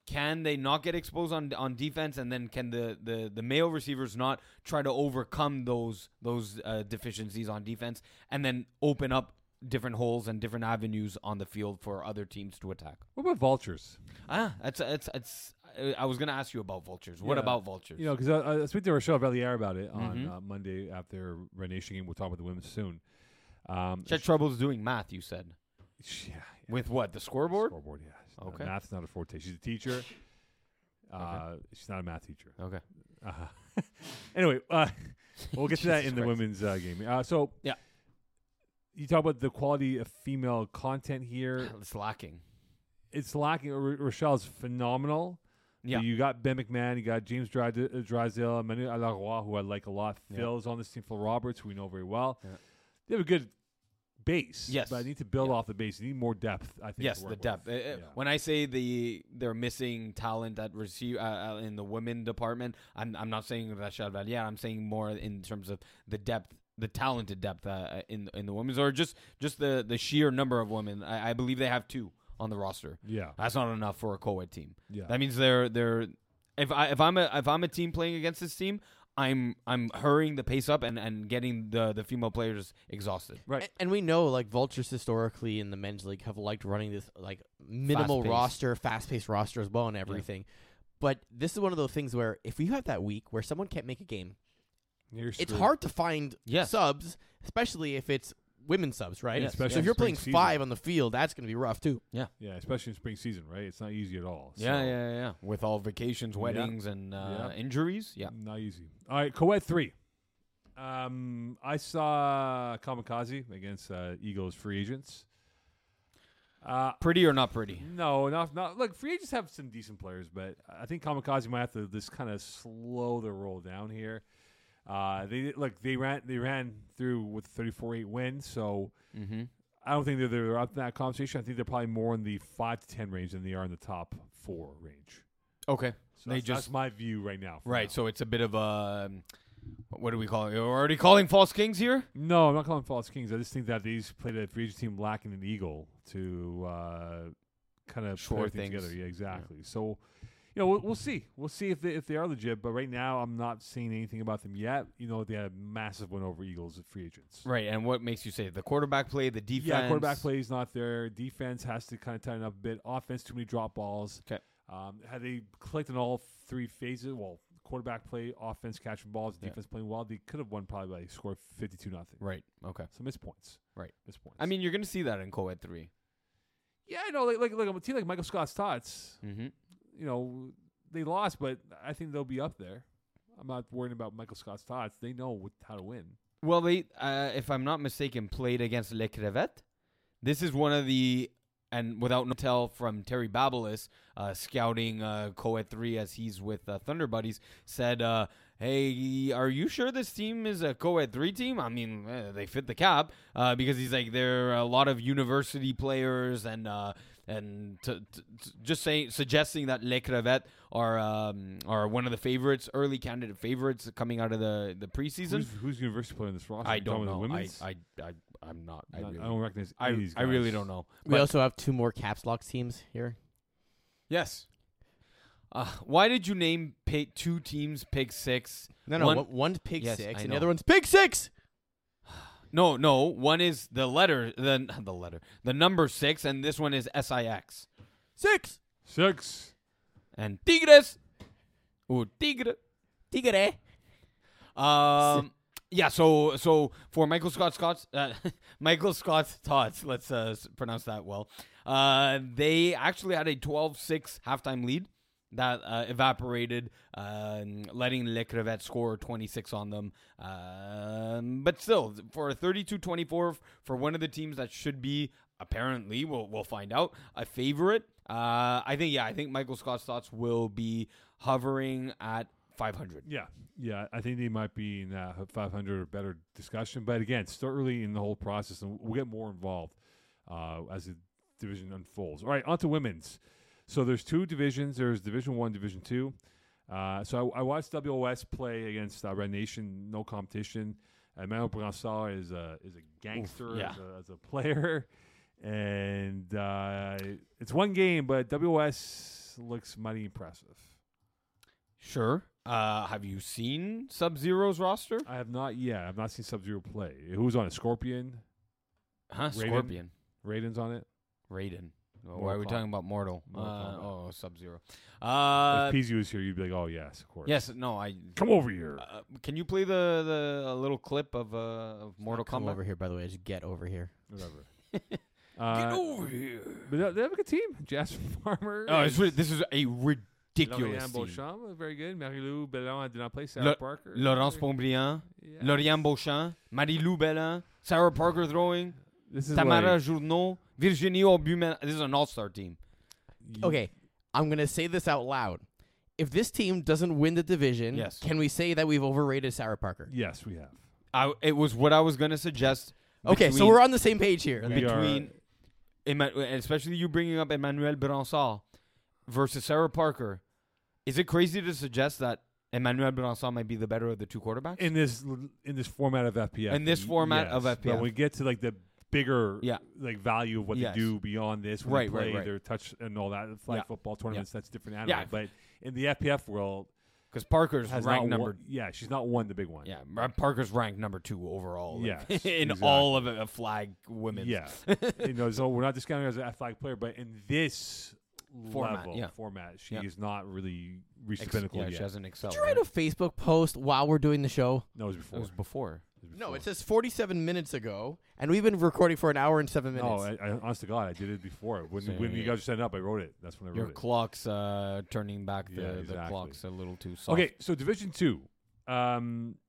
Speaker 3: can they not get exposed on on defense, and then can the, the, the male receivers not try to overcome those those uh, deficiencies on defense, and then open up different holes and different avenues on the field for other teams to attack?
Speaker 1: what about vultures?
Speaker 3: Ah, that's that's that's. I- I was going to ask you about vultures. What
Speaker 1: Yeah.
Speaker 3: about vultures?
Speaker 1: You know, uh, because I, I was speaking to Rochelle Valliere about it on
Speaker 3: Mhm.
Speaker 1: uh, Monday after Renation game. We'll talk about the women soon. Um,
Speaker 3: Chet Trouble's doing math. You said
Speaker 1: sh- yeah, yeah.
Speaker 3: with what the scoreboard?
Speaker 1: Scoreboard, yeah. She's not-
Speaker 3: Okay.
Speaker 1: math's not a forte. She's a teacher. Uh, She's not a math teacher.
Speaker 3: Okay.
Speaker 1: Uh-huh. anyway, uh, we'll get to that in
Speaker 3: Jesus
Speaker 1: the
Speaker 3: Christ.
Speaker 1: women's uh, game. Uh, so
Speaker 3: Yeah.
Speaker 1: you talk about the quality of female content here.
Speaker 3: It's lacking.
Speaker 1: It's lacking. R- Rochelle's phenomenal. But
Speaker 3: Yeah.
Speaker 1: you got Ben McMahon, you got James Drys- uh, Drysdale, Manu Alaroy, who I like a lot.
Speaker 3: Yeah.
Speaker 1: Phil's on this team, Phil Roberts, who we know very well.
Speaker 3: Yeah.
Speaker 1: They have a good base.
Speaker 3: Yes.
Speaker 1: but I need to build
Speaker 3: Yeah.
Speaker 1: off the base. You need more depth. I think. to
Speaker 3: Yes,
Speaker 1: work
Speaker 3: the
Speaker 1: with.
Speaker 3: depth. Uh, uh,
Speaker 1: Yeah.
Speaker 3: When I say the they're missing talent at receive uh, uh, in the women department, I'm I'm not saying Rashad Valier. I'm saying more in terms of the depth, the talented depth uh, uh, in in the women's or just just the the sheer number of women. I, I believe they have two on the roster.
Speaker 1: Yeah,
Speaker 3: That's not enough for a co-ed team.
Speaker 1: yeah.
Speaker 3: That means they're they're if I if I'm a if I'm a team playing against this team, I'm I'm hurrying the pace up and and getting the the female players exhausted.
Speaker 1: Right.
Speaker 2: A- And we know like vultures historically in the men's league have liked running this like minimal
Speaker 3: Fast-paced.
Speaker 2: roster, fast paced roster as well and everything. But this is one of those things where if you have that week where someone can't make a game,
Speaker 1: You're
Speaker 2: it's
Speaker 1: screwed.
Speaker 2: hard to find
Speaker 3: Yes.
Speaker 2: subs, especially if it's women's subs, right?
Speaker 3: Yeah,
Speaker 2: so
Speaker 1: especially
Speaker 2: if you're
Speaker 1: spring
Speaker 2: playing
Speaker 1: season.
Speaker 2: five on the field, that's going to be rough too.
Speaker 1: Yeah, especially in spring season, right? It's not easy at all.
Speaker 3: Yeah,
Speaker 1: So,
Speaker 3: yeah, yeah. With all vacations, weddings, and uh,
Speaker 1: Yeah.
Speaker 3: injuries. Yeah.
Speaker 1: Not easy. All right, Coed three. Um, I saw Kamikaze against uh, Eagles free agents. Uh,
Speaker 3: Pretty or not pretty?
Speaker 1: No, not not look. Free agents have some decent players, but I think Kamikaze might have to just kind of slow their roll down here. Uh, they look they ran they ran through with 34-8 win, so
Speaker 3: Mm-hmm.
Speaker 1: I don't think they're, they're up in that conversation. I think they're probably more in the five to ten range than they are in the top four range.
Speaker 3: Okay.
Speaker 1: So
Speaker 3: They
Speaker 1: that's, that's
Speaker 3: just-
Speaker 1: my view right now. for
Speaker 3: Right.
Speaker 1: now.
Speaker 3: So it's a bit of a. What do we call it? We're already calling false kings here.
Speaker 1: no, I'm not calling false kings. I just think that these played a free agent team lacking an eagle to uh, kind of
Speaker 3: Shore
Speaker 1: shore things
Speaker 3: things.
Speaker 1: together. Yeah, exactly. So, you know, we'll, we'll see. We'll see if they, if they are legit. But right now, I'm not seeing anything about them yet. You know, they had a massive win over Eagles at free agents.
Speaker 3: Right. And what makes you say it? the quarterback play, the defense?
Speaker 1: Yeah, quarterback play is not there. Defense has to kind of tighten up a bit. Offense, too many drop balls.
Speaker 3: 'Kay.
Speaker 1: Um, had they clicked in all three phases, well, quarterback play, offense catching balls,
Speaker 3: Yeah.
Speaker 1: defense playing well, they could have won probably by a score of 52 nothing.
Speaker 3: Right. Okay.
Speaker 1: So missed points.
Speaker 3: Right.
Speaker 1: Missed points.
Speaker 3: I mean, you're going to see that in co-ed three.
Speaker 1: yeah, I know. Like, like, like a team like Michael Scott's Tots,
Speaker 3: Mm-hmm.
Speaker 1: you know, they lost, but I think they'll be up there. I'm not worried about Michael Scott's Tots. They know what, how to win.
Speaker 3: Well, they, uh, if I'm not mistaken, played against Le Crevettes. This is one of the, and without no tell from Terry Babelis, uh, scouting uh, Coed 3 as he's with uh, Thunder Buddies, said, uh, Hey, are you sure this team is a Coed 3 team? I mean, eh, they fit the cap uh, because he's like, there are a lot of university players and, uh, and t- t- t- just saying, suggesting that Le Crevettes are um, are one of the favorites, early candidate favorites coming out of the, the preseason.
Speaker 1: Who's, who's university player in this roster?
Speaker 3: I
Speaker 1: You talking about
Speaker 3: don't know.
Speaker 1: The
Speaker 3: I,
Speaker 1: women's?
Speaker 3: I, I, I'm not. I
Speaker 1: Not-
Speaker 3: really,
Speaker 1: I don't recognize
Speaker 3: I,
Speaker 1: any of these
Speaker 3: I really
Speaker 1: guys.
Speaker 3: don't know.
Speaker 2: we
Speaker 3: But-
Speaker 2: also have two more caps lock teams here.
Speaker 3: yes. Uh, why did you name pick two teams pick six?
Speaker 2: No, no,
Speaker 3: One-
Speaker 2: one, one's pig
Speaker 3: Yes,
Speaker 2: six,
Speaker 3: I
Speaker 2: and
Speaker 3: know.
Speaker 2: the other one's pig six.
Speaker 3: No, no. One is the letter, the the letter, the number six, and this one is six.
Speaker 2: Six.
Speaker 1: Six.
Speaker 3: And Tigres, ooh Tigre.
Speaker 2: Tigre.
Speaker 3: Um, yeah. So so for Michael Scott Scott's uh, Michael Scott's Tots, let's uh, s- pronounce that well. Uh, they actually had a 12-6 halftime lead that uh, evaporated, um letting Le Crevettes score 26 on them. Um, but still, for a 32-24 for one of the teams that should be apparently we'll we'll find out a favorite. Uh, I think yeah, I think Michael Scott's thoughts will be hovering at 500.
Speaker 1: Yeah, yeah. I think they might be in that 500 or better discussion. But again, it's still early in the whole process, and we'll get more involved uh, as the division unfolds. All right, on to women's. So there's two divisions. There's Division One, Division Two. Uh, so I, I watched WOS play against uh, Red Nation, no competition. Emmanuel Brassard is a is a gangster
Speaker 3: yeah.
Speaker 1: as, a, as a player, and uh, it's one game, but WOS looks mighty impressive.
Speaker 3: Sure. Uh, have you seen Sub Zero's roster?
Speaker 1: I have not yet. I've not seen Sub Zero play. Who's on it? Scorpion.
Speaker 3: Huh?
Speaker 1: Raiden?
Speaker 3: Scorpion.
Speaker 1: Raiden's on it.
Speaker 3: Raiden. Oh,
Speaker 1: Mortal
Speaker 3: why are we
Speaker 1: Kombat.
Speaker 3: talking about Mortal?
Speaker 1: Mortal
Speaker 3: Uh,
Speaker 1: Kombat.
Speaker 3: oh, Sub Zero. Uh,
Speaker 1: if PZ was here, you'd be like, "Oh yes, of course."
Speaker 3: yes. No. I.
Speaker 1: Come over here.
Speaker 3: Uh, can you play the the a little clip of uh of Mortal
Speaker 2: Come
Speaker 3: Kombat?
Speaker 2: over here, by the way. Just get over here.
Speaker 1: Whatever. Uh,
Speaker 3: over here.
Speaker 1: but they- they have a good team. Jasper Farmer.
Speaker 3: Oh,
Speaker 1: and
Speaker 3: it's, ri- this is a ridiculous
Speaker 1: Lauriane
Speaker 3: team.
Speaker 1: Beauchamp was very good. Marie-Lou Bellon did not play. Sarah
Speaker 3: Le-
Speaker 1: Parker.
Speaker 3: Laurence Pombriand,
Speaker 1: Yeah.
Speaker 3: Lauriane Beauchamp, Marie-Lou Bellin, Sarah Parker throwing,
Speaker 1: This is
Speaker 3: Tamara
Speaker 1: like-
Speaker 3: Journeau, Virginie Aubumel. This is an all-star team.
Speaker 2: Okay, I'm gonna say this out loud. If this team doesn't win the division,
Speaker 3: Yes.
Speaker 2: can we say that we've overrated Sarah Parker?
Speaker 1: Yes, we have.
Speaker 3: I, it was what I was going to suggest.
Speaker 2: Okay, so
Speaker 3: between-
Speaker 2: we're on the same page here.
Speaker 1: We are-
Speaker 3: between, Emma- especially you bringing up Emmanuel Bransard versus Sarah Parker. Is it crazy to suggest that Emmanuel Bransard might be the better of the two quarterbacks?
Speaker 1: in this in this format of FPF.
Speaker 3: In this format
Speaker 1: yes,
Speaker 3: of
Speaker 1: But
Speaker 3: FPF.
Speaker 1: when we get to like the bigger
Speaker 3: Yeah.
Speaker 1: like value of what
Speaker 3: Yes.
Speaker 1: they do beyond this, when
Speaker 3: Right,
Speaker 1: they
Speaker 3: right,
Speaker 1: play
Speaker 3: right.
Speaker 1: their touch and all that flag
Speaker 3: Yeah.
Speaker 1: football tournaments, that's a different animal.
Speaker 3: Yeah.
Speaker 1: But in the FPF world,
Speaker 3: Because Parker's
Speaker 1: has
Speaker 3: ranked
Speaker 1: not
Speaker 3: number.
Speaker 1: won- yeah, she's not won the big one.
Speaker 3: Yeah, Mar- Parker's ranked number two overall. like,
Speaker 1: Yes,
Speaker 3: in
Speaker 1: exactly.
Speaker 3: all of a flag women.
Speaker 1: yeah. you know, so we're not discounting her as an F flag player, but in this
Speaker 3: Format,
Speaker 1: level
Speaker 3: yeah.
Speaker 1: format, she
Speaker 3: Yeah.
Speaker 1: is not really reached the
Speaker 3: Ex-
Speaker 1: pinnacle
Speaker 3: yeah, she
Speaker 1: yet.
Speaker 3: hasn't excelled.
Speaker 2: Did you write a Facebook post while we're doing the show?
Speaker 1: no, it was
Speaker 3: It
Speaker 1: before.
Speaker 3: was before.
Speaker 1: It was
Speaker 2: No,
Speaker 1: before.
Speaker 2: it says 47 minutes ago, and we've been recording for an hour and seven minutes.
Speaker 1: no. I, I, honest to God, I did it before. When
Speaker 3: So
Speaker 1: when
Speaker 3: you-
Speaker 1: you guys were setting up, I wrote it. That's when I wrote
Speaker 3: Your
Speaker 1: it.
Speaker 3: clock's uh, turning back. The,
Speaker 1: Yeah,
Speaker 3: the
Speaker 1: exactly.
Speaker 3: clock's a little too soft.
Speaker 1: Okay, so Division Two, um,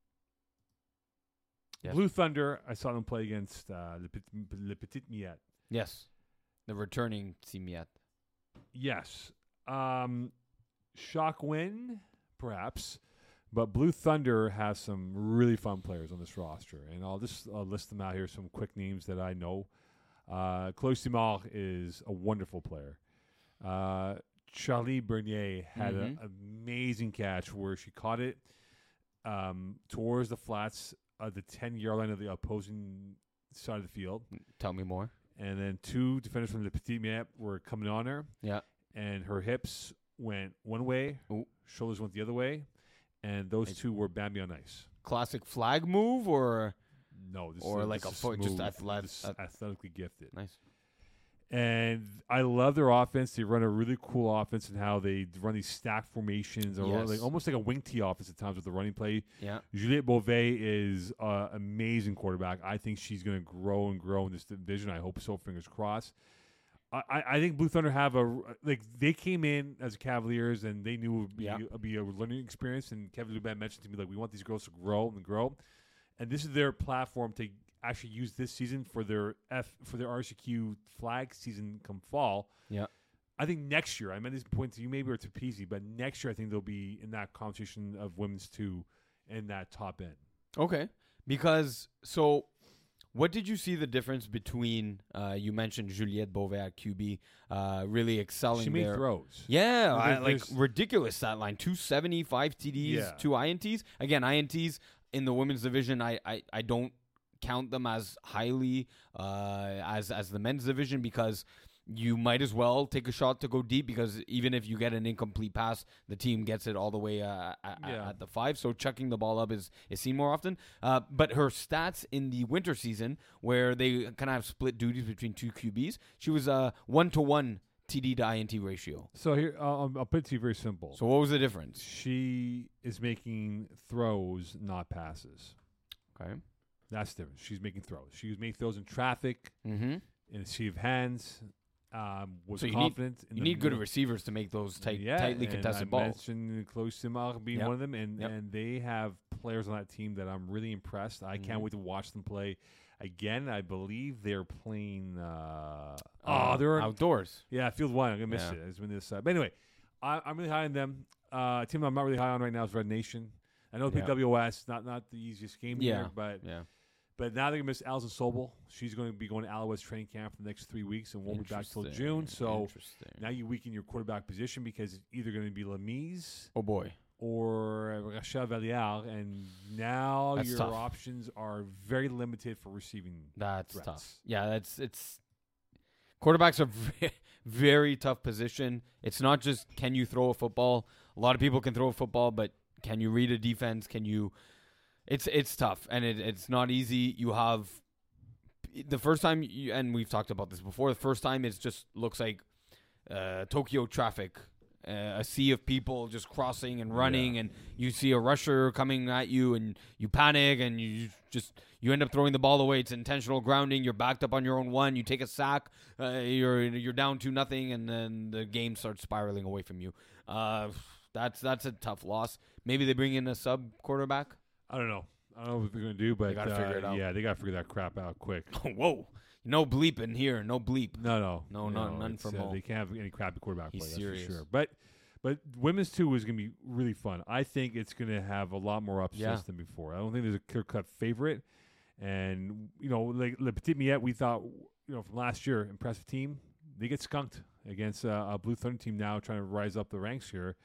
Speaker 3: Yes.
Speaker 1: Blue Thunder. I saw them play against uh, Le, Petit, Le Petit Miette.
Speaker 3: Yes. The returning team yet.
Speaker 1: Yes, um, shock win, perhaps, but Blue Thunder has some really fun players on this roster, and I'll just uh, list them out here. Some quick names that I know. Uh, Chloe Simard is a wonderful player. Uh, Charlie Bernier had an
Speaker 3: Mhm.
Speaker 1: amazing catch where she caught it um, towards the flats of the 10 yard line of the opposing side of the field.
Speaker 3: Tell me more.
Speaker 1: And then two defenders from the Petit Map were coming on her.
Speaker 3: Yeah.
Speaker 1: And her hips went one way,
Speaker 3: Ooh.
Speaker 1: shoulders went the other way. And those
Speaker 3: I-
Speaker 1: two were Bambi on ice.
Speaker 3: Classic flag move or
Speaker 1: No, this
Speaker 3: Or
Speaker 1: is,
Speaker 3: like
Speaker 1: this
Speaker 3: a
Speaker 1: is
Speaker 3: foot- just uh,
Speaker 1: smooth.
Speaker 3: athlet-
Speaker 1: This is
Speaker 3: ath-
Speaker 1: athletically gifted.
Speaker 3: nice.
Speaker 1: And I love their offense. They run a really cool offense and how they run these stack formations, or
Speaker 3: Yes.
Speaker 1: like almost like a wing tee offense at times with the running play.
Speaker 3: Yeah.
Speaker 1: Juliette Beauvais is an amazing quarterback. I think she's going to grow and grow in this division. I hope so. Fingers crossed. I, I- I think Blue Thunder have a like they came in as Cavaliers and they knew it would be,
Speaker 3: Yeah.
Speaker 1: it'd be a learning experience. And Kevin Luban mentioned to me like we want these girls to grow and grow, and this is their platform to actually use this season for their F for their RCQ flag season come fall.
Speaker 3: Yeah.
Speaker 1: I think next year, I meant this point to you maybe or to Peasy, but next year I think they'll be in that conversation of women's two in that top end.
Speaker 3: Okay. Because so what did you see the difference between uh, you mentioned Juliette Beauvais at QB uh, really excelling
Speaker 1: She made
Speaker 3: there.
Speaker 1: throws.
Speaker 3: Yeah,
Speaker 1: Like,
Speaker 3: I,
Speaker 1: there-
Speaker 3: like
Speaker 1: there's-
Speaker 3: ridiculous stat line. Two seventy five TDs,
Speaker 1: Yeah.
Speaker 3: two INTs. Again, INTs in the women's division, I, I, I don't count them as highly uh, as as the men's division because you might as well take a shot to go deep because even if you get an incomplete pass, the team gets it all the way uh, at,
Speaker 1: Yeah.
Speaker 3: at the five. So chucking the ball up is is seen more often. Uh, but her stats in the winter season, where they kind of have split duties between two QBs, she was a one to one TD to INT ratio.
Speaker 1: So here, uh, um, I'll, I'll put it to you very simple.
Speaker 3: So what was the difference?
Speaker 1: she is making throws, not passes.
Speaker 3: Okay.
Speaker 1: That's the difference. She's making throws. She was making throws in traffic,
Speaker 3: Mm-hmm.
Speaker 1: in a sea of hands. Um, was
Speaker 3: So you need-
Speaker 1: confident. in
Speaker 3: You
Speaker 1: the
Speaker 3: need good
Speaker 1: middle-
Speaker 3: receivers to make those tight,
Speaker 1: Yeah,
Speaker 3: tightly
Speaker 1: and
Speaker 3: contested
Speaker 1: I
Speaker 3: balls.
Speaker 1: Mentioned Chloe Simard being
Speaker 3: Yep.
Speaker 1: one of them, and
Speaker 3: Yep.
Speaker 1: and they have players on that team that I'm really impressed. I
Speaker 3: Mhm.
Speaker 1: can't wait to watch them play. again. I believe they're playing. Uh,
Speaker 3: Uh,
Speaker 1: oh, they're in-
Speaker 3: outdoors.
Speaker 1: yeah, field one. I'm gonna miss
Speaker 3: Yeah.
Speaker 1: it. It's been this side. But anyway, I, I'm really high on them. Uh, team I'm not really high on right now is Red Nation. I know
Speaker 3: Yeah.
Speaker 1: PWS not not the easiest game
Speaker 3: Yeah.
Speaker 1: here, but
Speaker 3: Yeah.
Speaker 1: but now they're gonna miss Alison Sobel. She's going to be going to Alouette's training camp for the next three weeks and won't be back till June. So
Speaker 3: Interesting.
Speaker 1: now you weaken your quarterback position because it's either going to be Lamise
Speaker 3: oh boy.
Speaker 1: or Rachel Valliere, and now
Speaker 3: That's
Speaker 1: your
Speaker 3: tough.
Speaker 1: options are very limited for receiving.
Speaker 3: That's
Speaker 1: threats.
Speaker 3: tough. Yeah, that's it's quarterbacks are ve- very tough position. It's not just can you throw a football. A lot of people can throw a football, but can you read a defense? Can you? It's it's tough and it, it's not easy. You have the first time, you, and we've talked about this before. The first time it's just looks like uh, Tokyo traffic. Uh, a sea of people just crossing and running, and you see a rusher coming at you, and you panic, and you just you end up throwing the ball away. It's intentional grounding. You're backed up on your own one. You take a sack. Uh, you're you're down to nothing, and then the game starts spiraling away from you. Uh, that's that's a tough loss. Maybe they bring in a sub quarterback.
Speaker 1: I don't know. I don't know what they're going to do, but
Speaker 3: gotta
Speaker 1: uh,
Speaker 3: figure it out.
Speaker 1: Yeah, they got to figure that crap out quick.
Speaker 3: Whoa, no bleep in here. No bleep.
Speaker 1: No, no,
Speaker 3: No, none- none
Speaker 1: it's,
Speaker 3: for
Speaker 1: uh,
Speaker 3: Mo.
Speaker 1: They can't have any crappy quarterback
Speaker 3: He's
Speaker 1: play.
Speaker 3: serious.
Speaker 1: That's for sure. But but women's two is going to be really fun. I think it's going to have a lot more upsets
Speaker 3: Yeah.
Speaker 1: than before. I don't think there's a clear cut favorite. And you know, like Le Petit Miette, we thought you know from last year, impressive team. They get skunked against uh, a Blue Thunder team now trying to rise up the ranks here.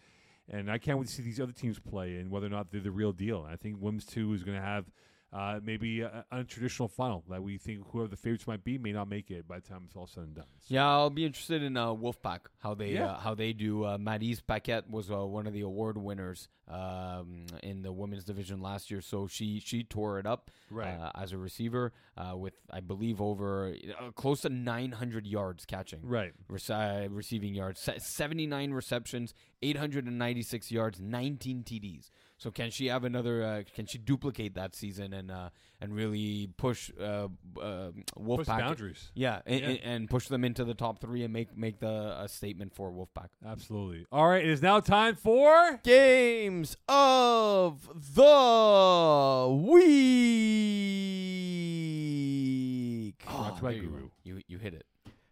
Speaker 1: And I can't wait to see these other teams play and whether or not they're the real deal. I think Women's 2 is going to have uh, maybe a- an untraditional final that we think whoever the favorites might be may not make it by the time it's all said and done. So-
Speaker 3: Yeah, I'll be interested in uh, Wolfpack how they
Speaker 1: Yeah.
Speaker 3: uh, how they do. Uh, Maryse Paquette was uh, one of the award winners um, in the women's division last year, so she she tore it up
Speaker 1: Right.
Speaker 3: uh, as a receiver uh, with I believe over uh, close to 900 yards catching.
Speaker 1: Right.
Speaker 3: rece- uh, receiving yards, Se- 79 receptions, 896 yards, 19 TDs. So can she have another? Uh, can she duplicate that season and uh, and really push uh, uh, Wolfpack?
Speaker 1: Push boundaries.
Speaker 3: Yeah, and,
Speaker 1: Yeah.
Speaker 3: and- and push them into the top three and make make the a statement for Wolfpack.
Speaker 1: Absolutely. All right. It is now time for.
Speaker 2: Games of the week.
Speaker 1: Brought to
Speaker 3: there
Speaker 1: my
Speaker 3: you go.
Speaker 1: guru.
Speaker 3: You you hit it.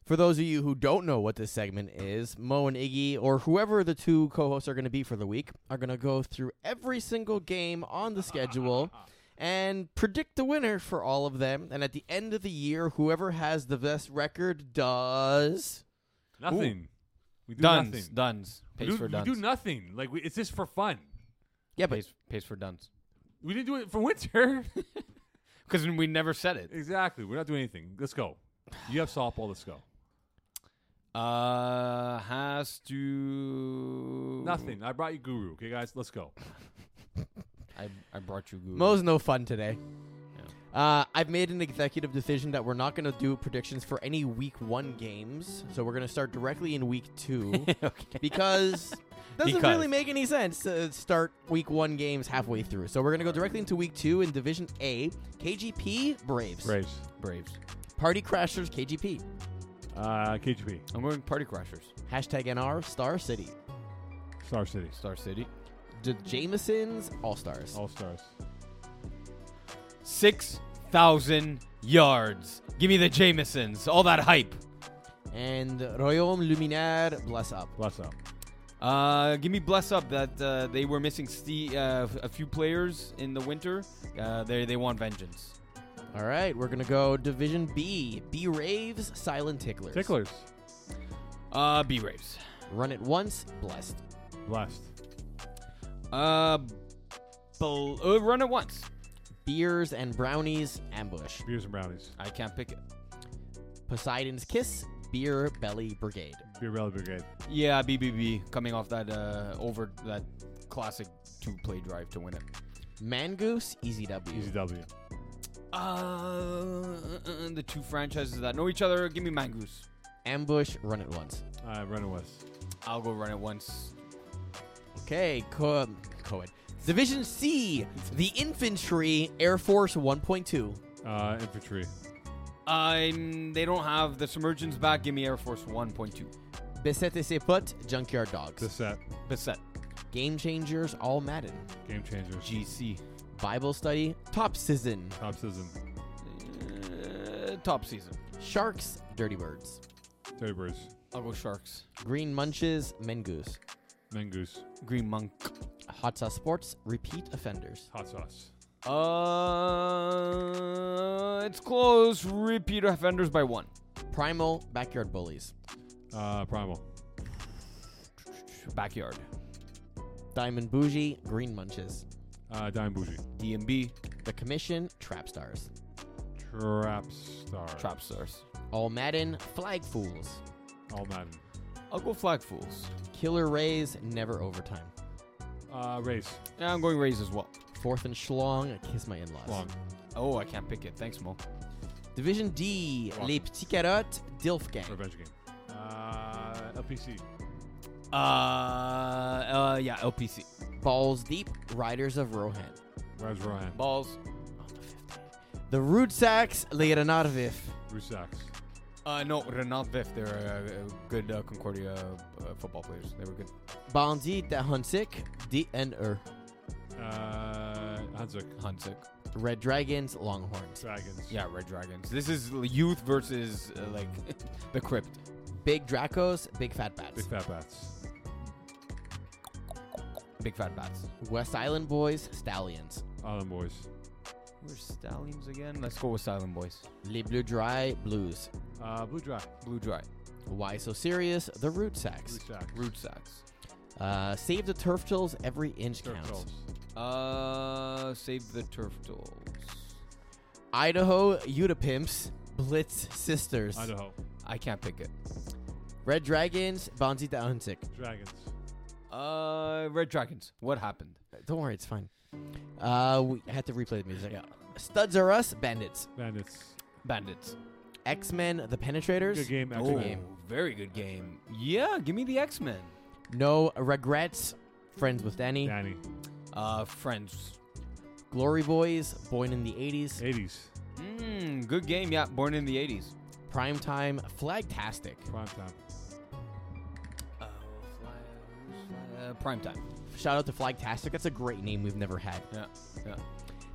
Speaker 2: For those of you who don't know what this segment is, Mo and Iggy, or whoever the two co hosts are going to be for the week, are going to go through every single game on the schedule and predict the winner for all of them. And at the end of the year, whoever has the best record does.
Speaker 1: Nothing. We do
Speaker 3: Duns,
Speaker 1: nothing.
Speaker 3: Duns,
Speaker 1: We
Speaker 3: pace
Speaker 1: do,
Speaker 3: for
Speaker 1: we
Speaker 3: Duns.
Speaker 1: do nothing. Like we, it's just for fun.
Speaker 2: Yeah, but
Speaker 3: pace, pace for Duns.
Speaker 1: We didn't do it for winter.
Speaker 3: Because we never said it.
Speaker 1: exactly. We're not doing anything. Let's go. You have softball. Let's go.
Speaker 3: Uh, has to
Speaker 1: Nothing. I brought you Guru. Okay, guys. Let's go.
Speaker 3: I, I brought you guru.
Speaker 2: Mo's no fun today. Uh, I've made an executive decision that we're not going to do predictions for any week one games. So we're going to start directly in week two
Speaker 3: okay.
Speaker 2: because doesn't
Speaker 3: Because.
Speaker 2: really make any sense to start week one games halfway through. So we're going to go directly into week two in Division A KGP Braves.
Speaker 1: Braves.
Speaker 3: Braves.
Speaker 2: Party Crashers KGP.
Speaker 1: Uh, KGP.
Speaker 3: I'm going Party Crashers.
Speaker 2: Hashtag NR Star City.
Speaker 1: Star City.
Speaker 3: Star City.
Speaker 2: The Jamesons All Stars.
Speaker 1: All stars.
Speaker 3: Six thousand yards. Give me the Jamesons. All that hype.
Speaker 2: And Royaume Luminaire Bless Up.
Speaker 1: Bless up.
Speaker 3: Uh, give me bless up that uh, they were missing ste- uh, a few players in the winter. Uh, they they want vengeance.
Speaker 2: All right, we're going to go Division B. B Raves Silent Ticklers.
Speaker 1: Ticklers.
Speaker 3: Uh, B Raves.
Speaker 2: Run It Once Blessed.
Speaker 1: Blessed.
Speaker 3: Uh, bel- uh, run it once.
Speaker 2: Beers and Brownies Ambush.
Speaker 1: Beers and brownies.
Speaker 3: I can't pick it.
Speaker 2: Poseidon's Kiss Beer Belly Brigade.
Speaker 1: Beer Rally Brigade.
Speaker 3: Yeah, BBB coming off that uh, over that classic two play drive to win it.
Speaker 2: Mangoose Easy W.
Speaker 1: Easy E W.
Speaker 3: Uh, uh, the two franchises that know each other. Give me Mangoose.
Speaker 2: Ambush Run It Once.
Speaker 1: Uh, Renner West.
Speaker 3: I'll go run it once.
Speaker 2: Okay, co- Coed. Division C, the Infantry Air Force 1.2.
Speaker 1: Uh, infantry.
Speaker 3: Um, they don't have the submergence back. Give me Air Force 1.2.
Speaker 2: Besete ses potes, Junkyard Dogs.
Speaker 1: This set.
Speaker 3: Beset.
Speaker 2: Game Changers All Madden.
Speaker 1: Game changers.
Speaker 3: GC.
Speaker 2: Bible Study Top Season.
Speaker 1: Topsism.
Speaker 3: Uh, top season.
Speaker 2: Sharks, Dirty Birds.
Speaker 1: Dirty Birds,
Speaker 3: I'll go Sharks.
Speaker 2: Green Munches, Mengoose.
Speaker 1: Mongoose,
Speaker 3: Green Monk.
Speaker 2: Hot Sauce Sports, Repeat Offenders.
Speaker 1: Hot Sauce.
Speaker 3: Uh, it's close. Repeat offenders by one.
Speaker 2: Primal, Backyard Bullies.
Speaker 1: Uh, Primal.
Speaker 3: Backyard.
Speaker 2: Diamond Bougie, Green Munches.
Speaker 1: Uh, Dime Bougie.
Speaker 3: DMB.
Speaker 2: The Commission, Trap Stars.
Speaker 1: Trap Star.
Speaker 3: Trap stars.
Speaker 2: All Madden, Flag Fools.
Speaker 1: All Madden.
Speaker 3: I'll go flag fools.
Speaker 2: Killer Rays, Never Overtime.
Speaker 1: Uh, Race.
Speaker 3: Yeah, I'm going raise as well.
Speaker 2: Fourth and Schlong, Kiss My In-Laws.
Speaker 1: Long.
Speaker 3: Oh, I can't pick it. Thanks, Mo.
Speaker 2: Division D,
Speaker 1: Long.
Speaker 2: Les Petits Carottes, Dilf Gang.
Speaker 1: Revenge game. Uh, LPC.
Speaker 3: Uh, uh, yeah, LPC.
Speaker 2: Balls Deep, Riders of Rohan.
Speaker 1: Where's Ryan?
Speaker 3: Balls.
Speaker 2: The Root Sacks, Les Renarvif.
Speaker 1: Rusax.
Speaker 3: Uh, no, Renat Vif. They're uh, uh, good uh, Concordia uh, football players. They were good.
Speaker 2: Bandit de Hunsik, DNR.
Speaker 1: Uh, Hanzik.
Speaker 3: Hansik.
Speaker 2: Red Dragons, Longhorns.
Speaker 1: Dragons.
Speaker 3: Yeah, Red Dragons. This is youth versus uh, like the crypt.
Speaker 2: Big Dracos, Big Fat
Speaker 1: Big
Speaker 2: Bats.
Speaker 1: Fat Bats.
Speaker 3: Big fat bats.
Speaker 2: West Island Boys, Stallions.
Speaker 1: Island Boys.
Speaker 3: Where's Stallions again? Let's go with Silent Boys.
Speaker 2: Les Bleu Dry, Blues.
Speaker 1: Uh, Blue Dry.
Speaker 3: Blue Dry.
Speaker 2: Why So Serious, The Root Sacks.
Speaker 1: Rusax.
Speaker 3: Root Sacks.
Speaker 2: Uh, save the Turf Tills, Every Inch
Speaker 1: Dirk
Speaker 2: Counts.
Speaker 1: Dolls.
Speaker 3: Uh, save the Turtles.
Speaker 2: Idaho, Utapimps, Blitz Sisters.
Speaker 1: Idaho.
Speaker 3: I can't pick it.
Speaker 2: Red Dragons, Bandit de Hunsik.
Speaker 1: Dragons.
Speaker 3: Uh, Red Dragons. What happened?
Speaker 2: Don't worry, it's fine. Uh, we had to replay the music.
Speaker 3: Yeah.
Speaker 2: Studs are us, Bandits.
Speaker 1: Bandits.
Speaker 3: Bandits.
Speaker 2: X Men, The Penetrators.
Speaker 1: Good game.
Speaker 3: oh,
Speaker 1: Excellent game.
Speaker 3: very good game. Yeah, give me the X Men.
Speaker 2: No Regrets, Friends with Danny.
Speaker 1: Danny.
Speaker 3: Uh, Friends.
Speaker 2: Glory Boys, Born in the 80s.
Speaker 1: 80s.
Speaker 3: Mmm, good game. Yeah, born in the '80s.
Speaker 2: Primetime, Flagtastic.
Speaker 1: Prime time.
Speaker 3: Uh, uh, prime time.
Speaker 2: Shout out to Flagtastic. That's a great name we've never had.
Speaker 3: Yeah, yeah.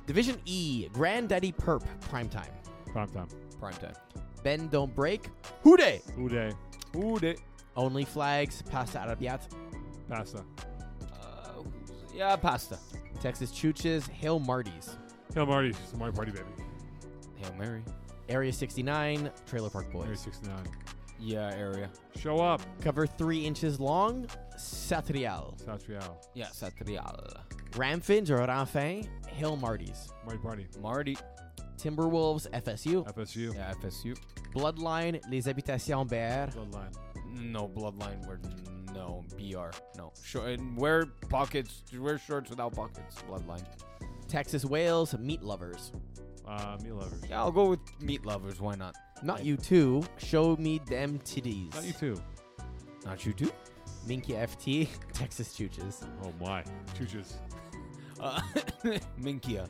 Speaker 2: Division E, Granddaddy Perp, Primetime.
Speaker 1: Prime time.
Speaker 3: Prime time.
Speaker 2: Ben Don't Break, Hooday.
Speaker 1: Uday.
Speaker 3: Who did?
Speaker 2: Only Flags, Pasta Arabiat.
Speaker 1: Pasta.
Speaker 3: Uh, yeah, pasta.
Speaker 2: Texas Chooches, Hail Marty's.
Speaker 1: Hail Marty. It's the Marty Party Baby.
Speaker 3: Hail Mary.
Speaker 2: Area 69, Trailer Park Boys.
Speaker 1: Area 69.
Speaker 3: Yeah, area.
Speaker 1: Show up.
Speaker 2: Cover three inches long, Satrial.
Speaker 1: Satrial.
Speaker 3: Yeah, Satrial.
Speaker 2: Ramfins or Ramfin, Hail Marty's.
Speaker 1: Marty Party.
Speaker 3: Marty.
Speaker 2: Timberwolves, FSU.
Speaker 1: FSU.
Speaker 3: Yeah, FSU.
Speaker 2: Bloodline, Les Habitations BR.
Speaker 1: Bloodline.
Speaker 3: No bloodline. Where no BR. No. Short, and wear pockets. Wear shorts without pockets. Bloodline.
Speaker 2: Texas Wales, Meat Lovers.
Speaker 1: Uh, meat lovers.
Speaker 3: Yeah, I'll go with meat lovers. Why not?
Speaker 2: Not
Speaker 3: Right.
Speaker 2: you too. Show me them titties.
Speaker 1: Not you too.
Speaker 3: Not you too.
Speaker 2: Minky FT, Texas Chooches.
Speaker 1: Oh my. Chooches.
Speaker 3: Uh, Minkia.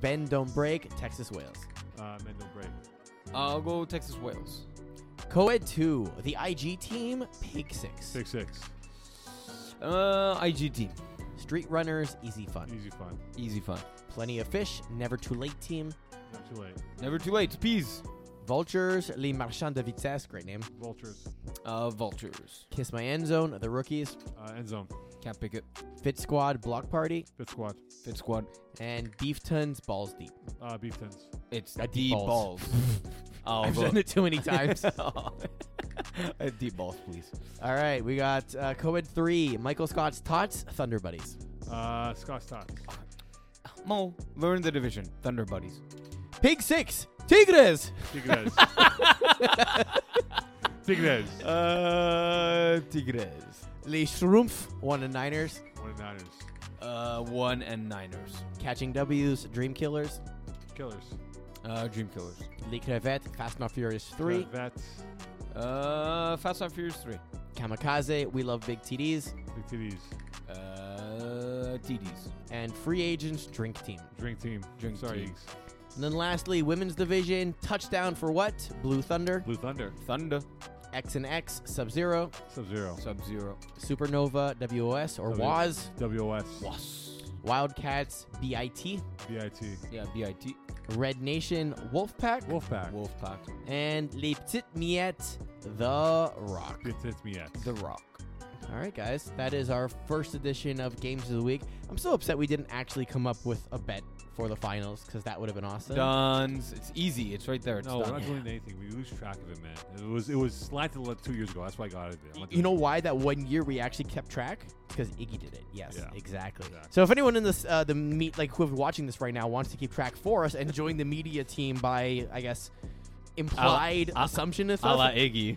Speaker 2: Ben Don't Break, Texas Wales.
Speaker 1: Uh, men don't break.
Speaker 3: I'll go Texas Wales.
Speaker 2: Coed 2, the IG team, Pig 6.
Speaker 1: Six six.
Speaker 3: Uh, IG team.
Speaker 2: Street Runners, Easy Fun.
Speaker 1: Easy fun.
Speaker 3: Easy fun.
Speaker 2: Plenty of Fish, Never Too Late team.
Speaker 1: Not too late.
Speaker 3: Never too late. Peas.
Speaker 2: Vultures, Les Marchands de Vitesse, great name.
Speaker 1: Vultures.
Speaker 3: Uh, vultures.
Speaker 2: Kiss My End Zone, The Rookies.
Speaker 1: Uh, end zone.
Speaker 3: Can't pick it.
Speaker 2: Fit Squad, Block Party.
Speaker 1: Fifth squad.
Speaker 3: Fit squad.
Speaker 2: And Beefton's Balls Deep.
Speaker 1: Uh, beef tins.
Speaker 3: It's
Speaker 2: Uh,
Speaker 3: D
Speaker 2: deep
Speaker 3: balls. Oh,
Speaker 2: balls.
Speaker 3: I'll
Speaker 2: I've
Speaker 3: go.
Speaker 2: done it too many times.
Speaker 3: Uh, deep balls, please.
Speaker 2: All right, we got uh, Coed 3, Michael Scott's Tots, Thunder Buddies.
Speaker 1: Uh, Scott's tots.
Speaker 3: Mo, learn the division. Thunder buddies.
Speaker 2: Pig 6, Tigres.
Speaker 1: Tigres. Tigres.
Speaker 3: Uh, Tigres.
Speaker 2: Les Schrumpf, 1 and Niners.
Speaker 1: One and Niners.
Speaker 3: Uh, one and Niners.
Speaker 2: Catching W's, Dream Killers.
Speaker 1: Killers.
Speaker 3: Uh, Dream Killers.
Speaker 2: Les Crevettes, Fast and Furious 3.
Speaker 1: Vets.
Speaker 3: Uh, Fast and Furious three.
Speaker 2: Kamikaze, We Love Big TDs.
Speaker 1: Big titties.
Speaker 3: Uh, TDs.
Speaker 2: And Free Agents, Drink Team.
Speaker 1: Drink team.
Speaker 3: Drink
Speaker 1: Sorry.
Speaker 3: team.
Speaker 1: Eagles.
Speaker 2: And then lastly, Women's Division, Touchdown for what? Blue Thunder.
Speaker 1: Blue Thunder.
Speaker 3: Thunder.
Speaker 2: X and X, Sub Zero.
Speaker 1: Sub Zero.
Speaker 3: Sub Zero.
Speaker 2: Supernova WOS or
Speaker 1: W-
Speaker 2: WAS,
Speaker 1: WOS.
Speaker 3: Was.
Speaker 2: Wildcats BIT,
Speaker 1: BIT.
Speaker 3: Yeah, BIT.
Speaker 2: Red Nation Wolfpack,
Speaker 1: Wolfpack.
Speaker 3: Wolfpack.
Speaker 2: and Les Petites Miettes, The Rock.
Speaker 1: It hits me yet.
Speaker 3: The Rock.
Speaker 2: All right, guys, that is our first edition of Games of the Week. I'm so upset we didn't actually come up with a bet for the finals because that would have been awesome.
Speaker 3: Duns. It's easy. It's right there. It's
Speaker 1: No, we're
Speaker 3: done.
Speaker 1: not doing anything. We lose track of it, man. It was it was slanted like two years ago. That's why I got it. I'm not
Speaker 2: You
Speaker 1: doing
Speaker 2: know
Speaker 1: it.
Speaker 2: why that one year we actually kept track? Because Iggy did it. Yes,
Speaker 1: Yeah,
Speaker 2: exactly.
Speaker 1: exactly.
Speaker 2: So if anyone in this uh, the meet like whoever's watching this right now wants to keep track for us and join the media team by I guess implied
Speaker 3: a-
Speaker 2: assumption and
Speaker 3: A
Speaker 2: stuff.
Speaker 3: la Iggy.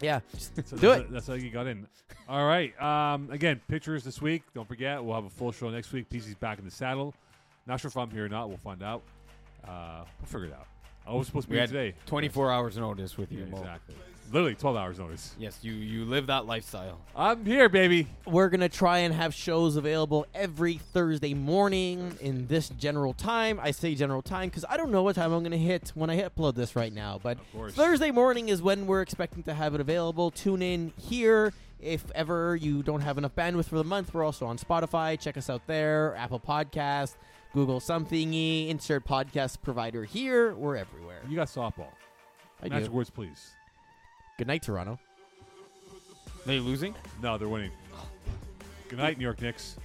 Speaker 2: yeah,
Speaker 1: uh, So
Speaker 2: do
Speaker 1: that's-
Speaker 2: it.
Speaker 1: That's how you got in. All right. Um, again, pictures this week. Don't forget, we'll have a full show next week. PC's back in the saddle. Not sure if I'm here or not. We'll find out. Uh, we'll figure it out. I was supposed to be
Speaker 3: We
Speaker 1: here
Speaker 3: had
Speaker 1: today.
Speaker 3: 24 hours notice with
Speaker 1: Yeah,
Speaker 3: you, Mo.
Speaker 1: exactly. Literally 12 hours notice.
Speaker 3: Yes, you you live that lifestyle.
Speaker 1: I'm here, baby.
Speaker 2: We're gonna try and have shows available every Thursday morning in this general time. I say general time because I don't know what time I'm gonna hit when I upload this right now. But
Speaker 1: Of course.
Speaker 2: Thursday morning is when we're expecting to have it available. Tune in here. If ever you don't have enough bandwidth for the month, we're also on Spotify. Check us out there, Apple Podcast, Google somethingy, insert podcast provider here. We're everywhere.
Speaker 1: You got softball.
Speaker 2: I
Speaker 1: Magic
Speaker 2: do.
Speaker 1: words, please.
Speaker 2: Good night, Toronto.
Speaker 3: Are you losing?
Speaker 1: No, they're winning. Good night, New York Knicks.